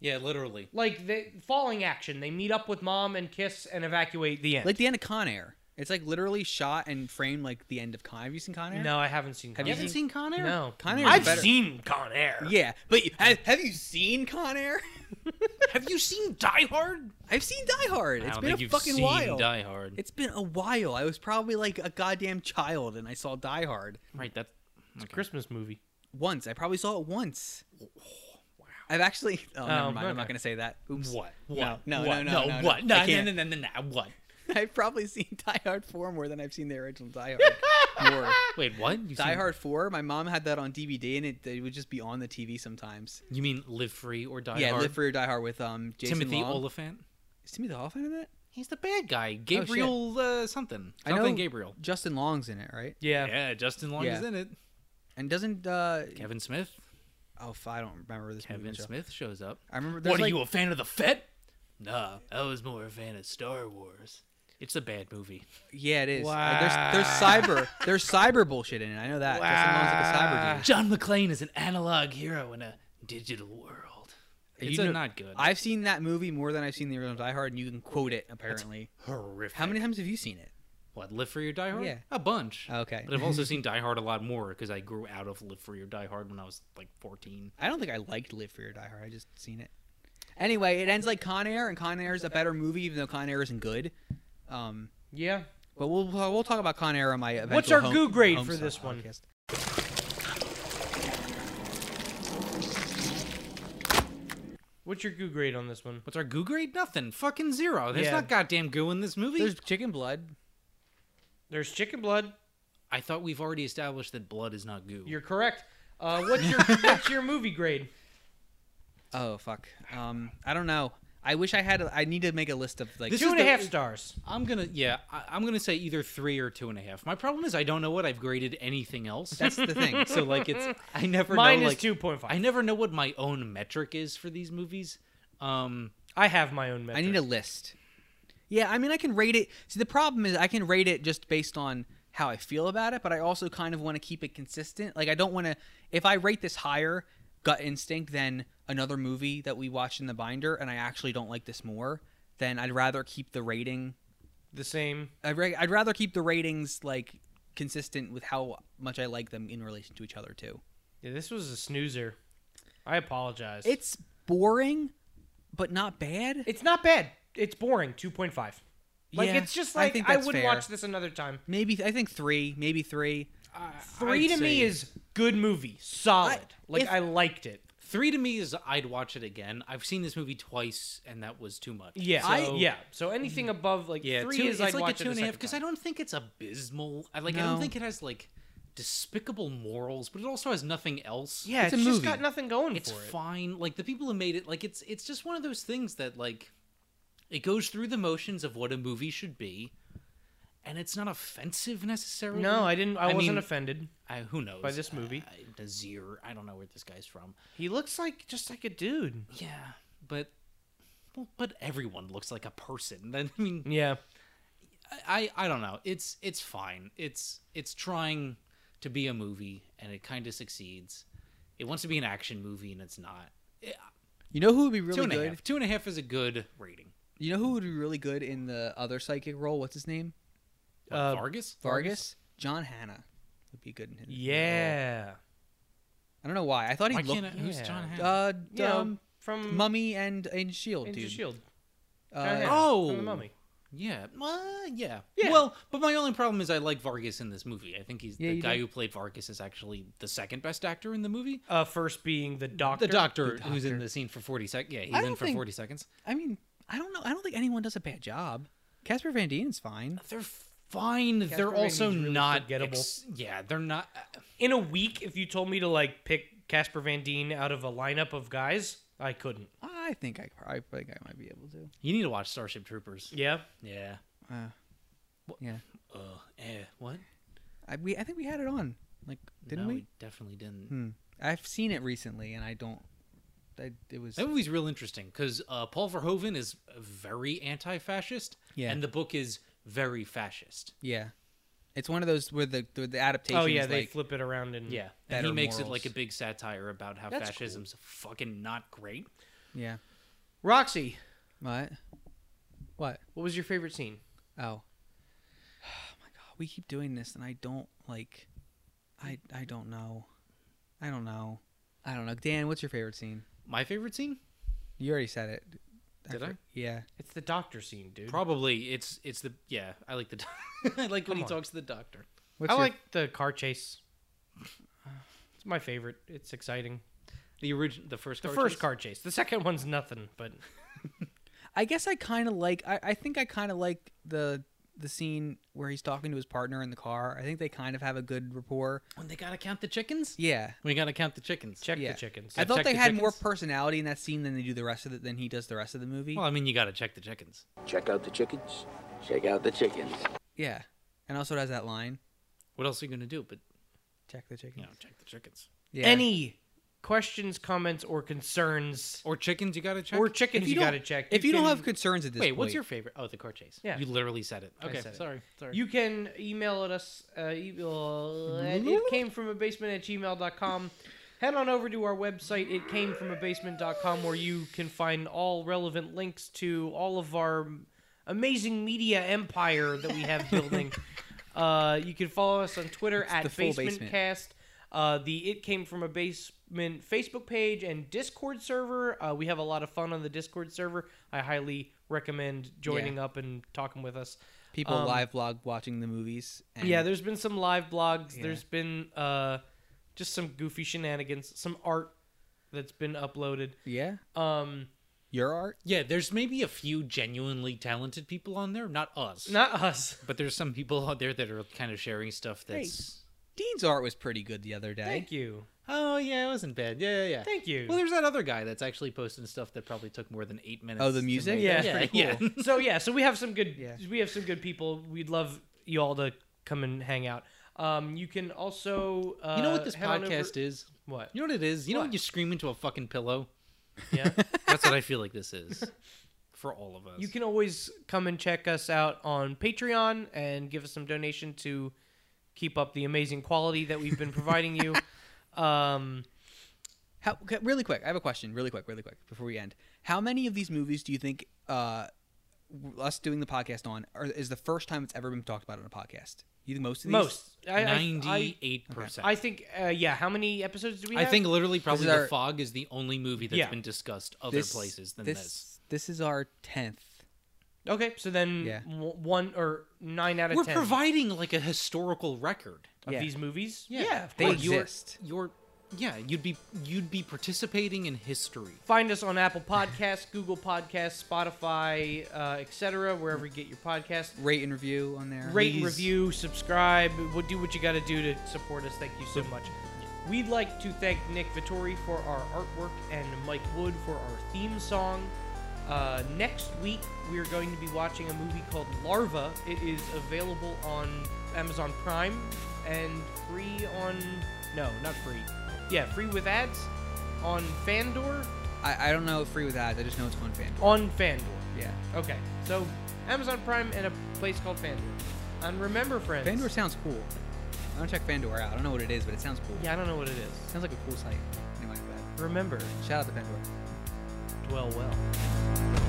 Yeah, literally. like the falling action. They meet up with mom and kiss and evacuate. The end. Like the end of Con Air. It's like literally shot and framed like the end of Con. Have you seen Con Air? no, I haven't seen. Con you Air. haven't seen Con Air? No, Con Air. I've better. seen Con Air. Yeah, but you, have, have you seen Con Air? Have you seen Die Hard? I've seen Die Hard. I It's don't been think a you've fucking seen while. Die Hard. It's been a while. I was probably like a goddamn child and I saw Die Hard right. That's It's a Christmas movie. once. I probably saw it once. I've actually. Oh, never Um, mind. I'm not okay. going to say that. Oops. What? No, What? no, what? no, no, no, no. what? I No, no, can't. no, no, no, no, What? I've probably seen Die Hard 4 more than I've seen the original Die Hard. more. Wait, what? You Die seen- Hard 4, my mom had that on DVD and it, it would just be on the TV sometimes. You mean Live Free or Die yeah, Hard? Live Free or Die Hard with um, Jason Timothy Long. Oliphant. Is Timothy Oliphant in that? He's the bad guy. Gabriel uh, something. I know- Something Gabriel. Justin Long's in it, right? Yeah. Yeah, Justin Long Yeah. is in it. And doesn't uh Kevin Smith. oh f- I don't remember this movie. Kevin Michelle. Smith shows up. I remember. There's What are like, you a fan of the Fett? Nah, I was more a fan of Star Wars. It's a bad movie. Yeah, it is. Uh, there's there's cyber there's cyber bullshit in it. I know that. Justin Long's like a cyber dude. John McClane is an analog hero in a digital world. You It's a know- not good. I've seen that movie more than I've seen the original Die Hard, and you can quote it apparently. horrific. How many times have you seen it? What, Live Free or Die Hard? Yeah. A bunch. Okay. But I've also seen Die Hard a lot more because I grew out of Live Free or Die Hard when I was like 14. I don't think I liked Live Free or Die Hard. I just seen it. Anyway, it ends like Con Air, and Con Air is a better movie, even though Con Air isn't good. Um, Yeah. but we'll we'll talk about Con Air on my. What's eventual our home- goo grade home for style this one? podcast. What's your goo grade on this one? What's our goo grade? Nothing. Fucking zero. There's Yeah. not goddamn goo in this movie. There's chicken blood. There's chicken blood. I thought we've already established that blood is not goo. You're correct. Uh, what's your what's your movie grade? Oh fuck. Um, I don't know. I wish I had. A, I need to make a list of like. This Two is and a the- half stars. I'm gonna, yeah, I, I'm gonna say either three or two and a half. My problem is I don't know what I've graded anything else. that's the thing. so like it's I never Mine know, is like, two point five. I never know what my own metric is for these movies. Um, I have my own metric. I need a list. Yeah, I mean, I can rate it. See, the problem is I can rate it just based on how I feel about it, but I also kind of want to keep it consistent. Like, I don't want to. If I rate this higher, gut instinct, than another movie that we watched in the binder, and I actually don't like this more, then I'd rather keep the rating the same. I'd, ra- I'd rather keep the ratings like consistent with how much I like them in relation to each other too. Yeah, this was a snoozer. I apologize. It's boring, but not bad. it's not bad. It's boring. Two point five. Like Yeah, it's just I like I, think that's would fair. watch this another time. Maybe I think three, maybe three. 3 I'd to me say- is good movie, solid. like if- I liked it. Three to me is I'd watch it again. I've seen this movie twice, and that was too much. Yeah, I- so, Mm. yeah. So anything above like yeah. three two, is it's I'd like watch a it two and a half second because time. I don't think it's abysmal. I like. I No. don't think it has like despicable morals, but it also has nothing else. Yeah, It's it's, a just movie. got nothing going it's for it. fine. Like the people who made it, like it's it's just one of those things that like it goes through the motions of what a movie should be, and it's not offensive necessarily. No, I didn't. I, wasn't mean, offended. I, who knows by this movie. I, Nazir, I don't know where this guy's from. He looks like just like a dude. Yeah, but well, but everyone looks like a person. Then I mean, Yeah, I I don't know. It's it's fine. It's it's trying to be a movie, and it kind of succeeds. It wants to be an action movie, and it's not. You know who would be Two really and a half. good? Two and a half is a good rating. You know who would be really good in the other psychic role? What's his name? What, Uh, Vargas. Vargas. John Hanna would be good in his. yeah, I don't know why. I thought he Why looked. can't I, who's yeah. mm. John Hamm? Uh, you know, um, from Mummy and and Shield, Into E dude. Shield. Uh, Oh. from the Mummy. yeah. Well, yeah. Yeah. Well, but my only problem is I like Vargas in this movie. I think he's Yeah, the you guy do. who played Vargas is actually the second best actor in the movie. Uh, first being the doctor. The doctor, who's in doctor. the scene for 40 seconds. Yeah, I he's in don't for think- 40 seconds. I mean, I don't know. I don't think anyone does a bad job. Casper Van Dien's fine. They're fine. they're Van also Dien's really not forgettable. yeah, they're not. uh, In a week, if you told me to like pick Casper Van Dien out of a lineup of guys, I couldn't. I think I, I think I might be able to. you need to watch Starship Troopers. Yeah, Yeah. Uh, yeah. Uh, eh, what? I, we I think we had it on. Like, didn't No, we? Definitely didn't. Hmm. I've seen it recently, and I don't. I, it was. That movie's real interesting because uh, Paul Verhoeven is very anti-fascist, Yeah. and the book is very fascist. Yeah, it's one of those where the the, the adaptation. Oh yeah, is they like, flip it around Hmm. and and he Better makes it morals. like a big satire about how That's fascism's fucking not great. Yeah. Roxy, What? What? what was your favorite scene? Oh. Oh my god, we keep doing this, and I don't like. I I don't know. I don't know. I don't know. Dan, what's your favorite scene? My favorite scene, You already said it. Did I? Yeah. It's the doctor scene, dude. probably it's it's the yeah. I like the doc- I like when Come he on. talks to the doctor. What's I your- like the car chase. It's my favorite. It's exciting. The original, the first, The car first chase? car chase. The second one's nothing, but I guess I kind of like. I, I think I kind of like the the scene where he's talking to his partner in the car. I think they kind of have a good rapport. when they gotta count the chickens. Yeah. We gotta count the chickens. check Yeah. the chickens. I thought check they the had more chickens? personality in that scene than they do the rest of the, than he does the rest of the movie. Well, I mean, you gotta check the chickens. Check out the chickens. Check out the chickens. yeah, and also it has that line. What else are you gonna do? But Check the chicken. you know, check the chickens Yeah. Any questions, comments, or concerns, or chickens. You gotta check or chickens If you, you don't- gotta check. If you, don't can- have concerns at this Wait, point, what's your favorite? Oh, the car chase. Yeah. you literally said it. I Okay, said it. sorry, sorry. You can email at us. Uh, email at it came from a basement at gmail.com. Head on over to our website, it came from a basement.com, where you can find all relevant links to all of our amazing media empire that we have building. uh, you can follow us on Twitter at the full basementcast. basement. Uh, the It Came From a Basement Facebook page and Discord server. Uh, we have a lot of fun on the Discord server. I highly recommend joining up and talking with us. people um, live blog watching the movies. And Yeah, there's been some live blogs. Yeah. There's been uh, just some goofy shenanigans, some art that's been uploaded. yeah, Um, your art. yeah, there's maybe a few genuinely talented people on there, not us, not us. but there's some people out there that are kind of sharing stuff that's. Dean's art was pretty good the other day. Thank you. Oh yeah, it wasn't bad. Yeah, yeah, yeah. Thank you. Well, there's that other guy that's actually posting stuff that probably took more than eight minutes. Oh, the to music? make. Yeah. yeah, That's pretty cool. yeah. so yeah, so we have some good Yeah. we have some good people. We'd love you all to come and hang out. Um, you can also uh, you know what this head on podcast over- is? What? You know what it is? You know What? when you scream into a fucking pillow? Yeah. That's what I feel like this is for all of us. you can always come and check us out on Patreon and give us some donation to keep up the amazing quality that we've been providing you. Um, How, okay, really quick, I have a question. Really quick, really quick, before we end. How many of these movies do you think uh, us doing the podcast on are, is the first time it's ever been talked about on a podcast. You think most of these? Most. I, I, Ninety-eight percent. I, I think, uh, yeah, how many episodes do we I have? think literally probably is the our- fog is the only movie that's Yeah. been discussed other This- places than this. this. This is our tenth. Okay, so then Yeah. w- one or nine out of We're 10 providing like a historical record. of Yeah. these movies. Yeah. of They course. you're- exist. You're yeah, you'd be you'd be participating in history. Find us on Apple Podcasts, Google Podcasts, Spotify, uh, etc., wherever you get your podcast. Rate and review on there. Rate, and Please. review, subscribe. We'll do what you got to do to support us. Thank you so much. We'd like to thank Nick Vittori for our artwork and Mike Wood for our theme song. Uh, next week, we are going to be watching a movie called Larva. It is available on Amazon Prime and free on. No, not free. Yeah, free with ads on Fandor. I, I don't know free with ads. I just know it's on fan. On Fandor. Yeah. Okay, so Amazon Prime and a place called Fandor. And remember, friends. Fandor sounds cool. I'm gonna check Fandor out. I don't know what it is, but it sounds cool. Yeah, I don't know what it is. Sounds like a cool site. Anyway, like that. Remember, Shout out to Fandor. dwell well.